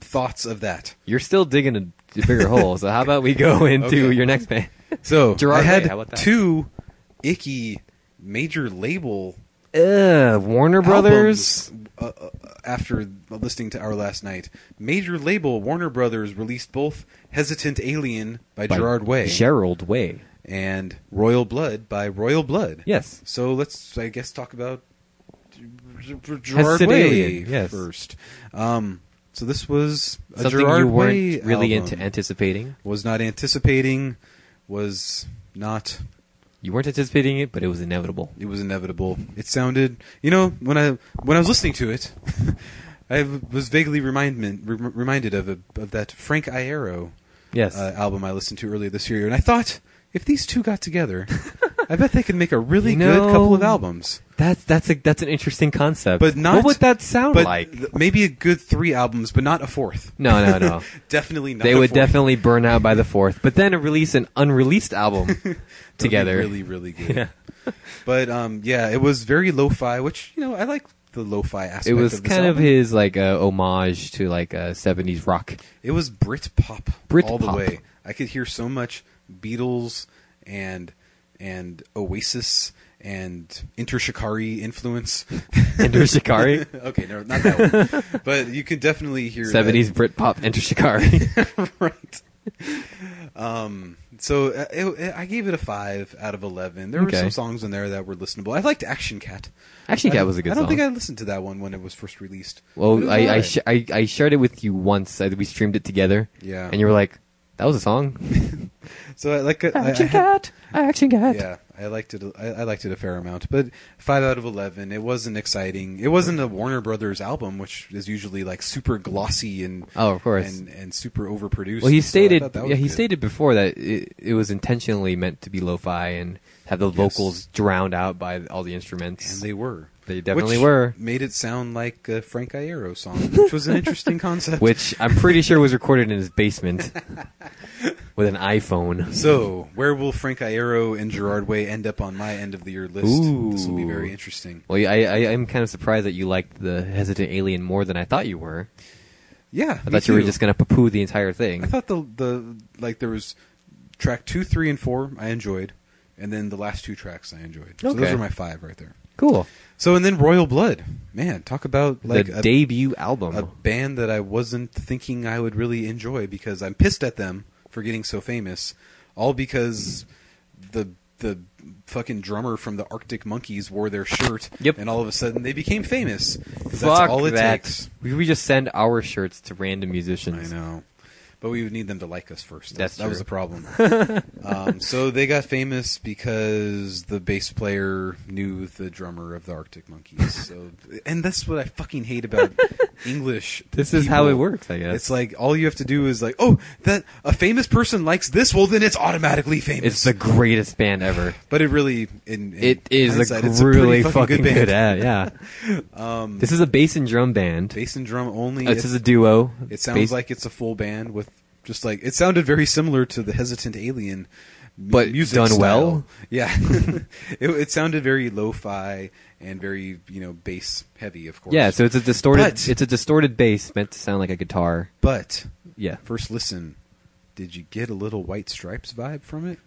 A: thoughts of that.
B: You're still digging a bigger hole, so how about we go
A: *laughs*
B: into
A: Okay.
B: your
A: *laughs*
B: next band?
A: So
B: Gerard
A: I had
B: Way, how about that?
A: two icky major label
B: Ugh, Uh, Warner Brothers.
A: albums, uh, uh, after listening to our last night, major label Warner Brothers released both "Hesitant Alien" by,
B: by
A: Gerard Way
B: Gerald Way.
A: and "Royal Blood" by Royal Blood.
B: Yes.
A: So let's, I guess, talk about Gerard
B: Hesitant
A: Way
B: Alien, yes.
A: first. Um, so this was a
B: Something
A: Gerard
B: you weren't
A: Way
B: really
A: album.
B: into anticipating.
A: was not anticipating. Was not
B: You weren't anticipating it, but it was inevitable.
A: it was inevitable. It sounded, you know, when I when I was listening to it, *laughs* I was vaguely remindment, re- reminded of a, of that Frank Iero
B: Yes.
A: uh, album I listened to earlier this year, and I thought if these two got
B: *laughs*
A: together, I bet they could make a really
B: You
A: good couple of
B: know,
A: albums.
B: that's that's a that's an interesting concept.
A: But not
B: what would that sound
A: but
B: like?
A: th- maybe a good three albums, but not a fourth.
B: no, no, no.
A: Definitely *laughs* not.
B: they
A: a
B: would
A: fourth.
B: definitely burn out by the fourth, but then release an unreleased
A: *laughs*
B: album
A: That would be
B: together.
A: Really, really good. But um, yeah, it was very lo-fi, which you know I like the lo-fi aspect.
B: it was
A: of this
B: kind of
A: album.
B: his like uh, homage to like uh, 70s rock.
A: It was Brit pop
B: Brit
A: all the
B: pop.
A: way. I could hear so much Beatles and and Oasis and Inter Shikari influence. *laughs*
B: Enter Shikari,
A: okay, no, not that one.
B: *laughs*
A: but you could definitely hear that.
B: 70s Britpop, Enter Shikari.
A: *laughs*
B: *laughs*
A: right. Um. So uh, it, it- I gave it a five out of eleven. There were
B: Okay.
A: some songs in there that were listenable. I liked Action Cat.
B: Action Cat
A: I-
B: was a good
A: I don't
B: song.
A: think I listened to that one when it was first released. It
B: well,
A: was
B: I I,
A: alright.
B: sh- I I shared it with you once. I, we streamed it together.
A: Yeah.
B: and you were like, "That was a song."
A: so I, like I, I, I had-
B: Action Cat.
A: yeah, I liked it. I, I liked it a fair amount, but five out of eleven. It wasn't exciting. It wasn't a Warner Brothers album, which is usually like super glossy and
B: Oh, of course.
A: and, and super overproduced.
B: Well, he
A: So I
B: stated,
A: thought that was
B: yeah, he
A: good.
B: stated before that it, it was intentionally meant to be lo-fi and have the vocals drowned out by all the instruments.
A: and they were.
B: They definitely
A: Which
B: were.
A: Made it sound like a Frank Iero song, which was an
B: *laughs*
A: interesting concept.
B: which I'm pretty sure was recorded in
A: *laughs*
B: his basement with an iPhone.
A: so, where will Frank Iero and Gerard Way end up on my end of the year list?
B: Ooh.
A: This will be very interesting.
B: Well, I, I I'm kind of surprised that you liked the hesitant alien more than I thought you were.
A: Yeah,
B: I thought you were just gonna poo-poo the entire thing.
A: I thought the the like there was track two, three, and four I enjoyed, and then the last two tracks I enjoyed. So those
B: Okay.
A: are my five right there.
B: Cool.
A: So and then Royal Blood, man, talk about like
B: the
A: a,
B: debut album.
A: a band that I wasn't thinking I would really enjoy because I'm pissed at them for getting so famous, all because the the fucking drummer from the Arctic Monkeys wore their shirt,
B: Yep.
A: and all of a sudden they became famous. 'Cause
B: Fuck
A: that's all it
B: that.
A: takes.
B: We, we just send our shirts to random
A: I
B: musicians.
A: know. But we would need them to like us first.
B: That's
A: that was the
B: true.
A: problem.
B: *laughs*
A: um, so they got famous because the bass player knew the drummer of the Arctic Monkeys.
B: *laughs*
A: So, and that's what I fucking hate about English.
B: This is how it
A: people.
B: works, I guess.
A: It's like all you have to do is like, oh, that a famous person likes this. Well, then it's automatically famous.
B: It's the greatest band ever.
A: but it really, in, in
B: It is
A: hindsight,
B: a
A: it's a pretty
B: really
A: fucking, good band.
B: ad. Yeah.
A: *laughs*
B: um, this is a bass and drum band. Uh,
A: Bass and drum only.
B: this is a duo.
A: It sounds
B: Bass-
A: like it's a full band with just like it sounded very similar to the Hesitant Alien, m-
B: But done well? *laughs*
A: Yeah, *laughs* it, it sounded very lo-fi and very you know bass heavy, of course.
B: yeah. So it's a distorted.
A: But-
B: it's a distorted bass meant to sound like a guitar.
A: but
B: Yeah.
A: first listen, did you get a little White Stripes vibe from it?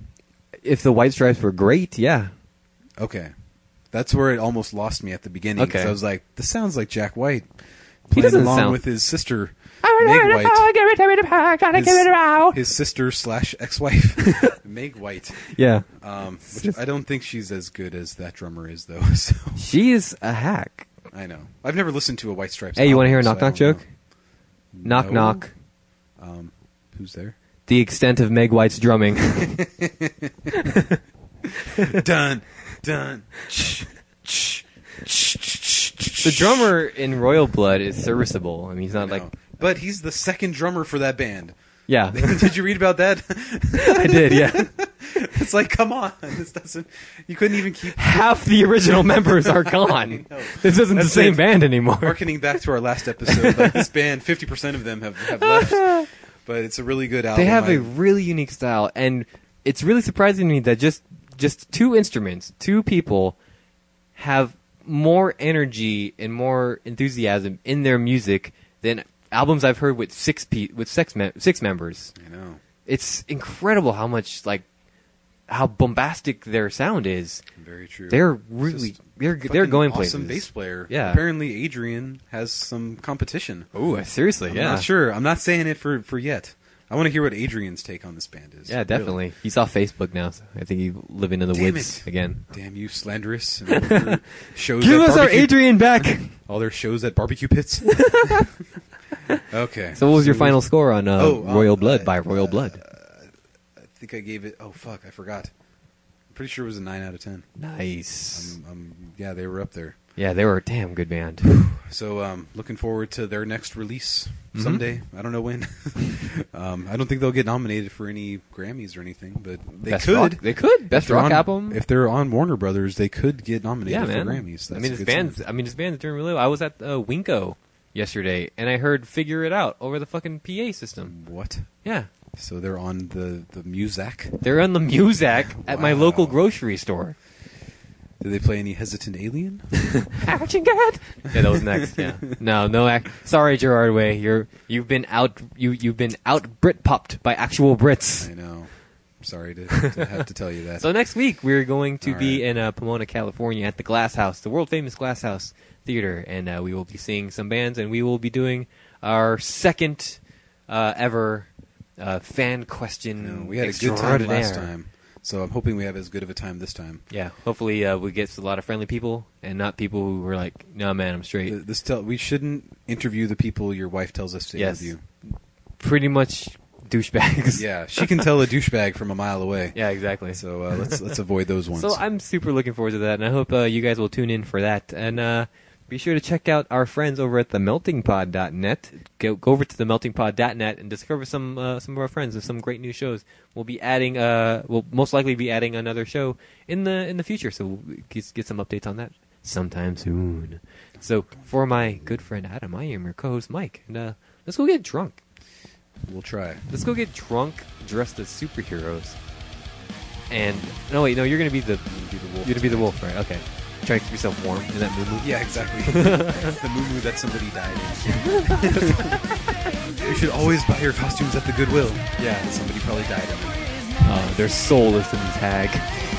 B: If the White Stripes were great, yeah.
A: Okay, that's where it almost lost me at the beginning. 'cause
B: Okay.
A: I was like, this sounds like Jack White
B: He
A: playing
B: doesn't
A: along
B: sound-
A: with his sister Meg White, his, his sister slash ex-wife *laughs* Meg White.
B: Yeah.
A: Um, which I don't think she's as good as that drummer is, though. *laughs* So
B: She is a hack.
A: I know I've never listened to a White Stripes.
B: Hey, you want
A: album,
B: to hear a
A: so I
B: knock
A: don't
B: knock joke?
A: know.
B: Knock
A: No.
B: knock.
A: Who's
B: *laughs*
A: there?
B: The extent of Meg White's
A: *laughs*
B: drumming.
A: dun dun.
B: the drummer in Royal Blood is serviceable. I mean, he's not
A: Like,
B: like
A: but he's the second drummer for that band. *laughs*
B: yeah. *laughs*
A: Did you read about that? *laughs*
B: I did. Yeah.
A: it's like, come on, *laughs* this doesn't. You couldn't even
B: *laughs*
A: keep
B: Half the original members
A: *laughs*
B: are gone.
A: know.
B: This isn't the
A: That's
B: same
A: it.
B: band anymore.
A: marketing back to our last episode. Like this band, fifty percent of them have, have
B: *laughs*
A: left. But it's a really good album.
B: They have
A: I-
B: a really unique style, and it's really surprising to me that just just two instruments, two people, have more energy and more enthusiasm in their music than albums I've heard with six pe- with six mem six members.
A: I know.
B: It's incredible how much like how bombastic their sound is.
A: Very true.
B: They're really
A: Just
B: they're they're
A: fucking
B: going
A: awesome
B: places.
A: bass player.
B: Yeah.
A: Apparently, Adrian has some competition.
B: Ooh, seriously,
A: I'm
B: yeah,
A: not sure. I'm not saying it for for yet. I want to hear what Adrian's take on this band is.
B: Yeah, definitely. He's off Facebook now. So I think he's living in the
A: Damn
B: woods
A: it.
B: again.
A: Really. Damn you, slanderous! And all their
B: *laughs*
A: shows
B: Give
A: at
B: us our
A: barbecue-
B: Adrian back.
A: All their shows at barbecue pits. okay.
B: *laughs* So, what was your final score on uh,
A: Oh, um,
B: Royal Blood
A: uh,
B: by Royal Blood?
A: I think I gave it. Oh fuck! I forgot. I'm pretty sure it was a nine out of ten.
B: Nice.
A: Um, um, yeah, they were up there.
B: yeah, they were a damn good band.
A: So, um, looking forward to their next release
B: Mm-hmm.
A: someday. I don't know when. *laughs* um, I don't think they'll get nominated for any Grammys or anything, but they
B: Best
A: could.
B: rock- they could. Best
A: they're
B: rock
A: on-
B: album.
A: If they're on Warner Brothers, they could get nominated
B: yeah, man.
A: for Grammys. That's
B: I mean,
A: a
B: this
A: good
B: band's.
A: sign.
B: I mean, this band's doing really well. I was at uh, Winko yesterday, and I heard "Figure It Out" over the fucking PA system.
A: What?
B: Yeah,
A: So they're on the the Muzak.
B: they're on the Muzak at my
A: Wow.
B: local grocery store.
A: Do they play any Hesitant Alien?
B: Action God. Yeah, that was
A: *laughs*
B: next. Yeah. No, no. Ac- Sorry, Gerard Way. You're you've been out. You you've been out Brit popped by actual Brits.
A: I know. Sorry to, to have to tell you that.
B: *laughs* So next week we're going to
A: All
B: be
A: right.
B: in uh, Pomona, California, at the Glass House, the world famous Glass House Theater, and uh, we will be seeing some bands, and we will be doing our second uh, ever uh, fan
A: You
B: question.
A: know, we had a good time last
B: extraordinaire.
A: time, so I'm hoping we have as good of a time this time.
B: Yeah, hopefully uh, we get a lot of friendly people, and not people who were like, "No, man, I'm straight."
A: Th- This tell we shouldn't interview the people your wife tells us to
B: Yes.
A: interview.
B: Pretty much douchebags.
A: Yeah, she can tell a douchebag from a mile away.
B: *laughs* Yeah, exactly.
A: So
B: So,
A: uh, let's let's avoid those ones.
B: I'm super looking forward to that, and I hope uh, you guys will tune in for that. And uh, be sure to check out our friends over at themeltingpod.net. Go, go over to themeltingpod.net and discover some uh, some of our friends and some great new shows. We'll be adding. Uh, we'll most likely be adding another show in the in the future. So we'll get, get some updates on that sometime soon. So for my good friend Adam, I am your co-host Mike, and uh, let's go get drunk.
A: we'll try.
B: Let's go get drunk, dressed as superheroes. And no, wait, no, you're gonna be the you're gonna be the wolf, right? Okay, try to keep yourself warm in that movie.
A: Yeah, exactly. *laughs* the moo that somebody died in. you should always buy your costumes at the Goodwill.
B: Yeah.
A: somebody probably died in.
B: Uh, their soul is in the tag.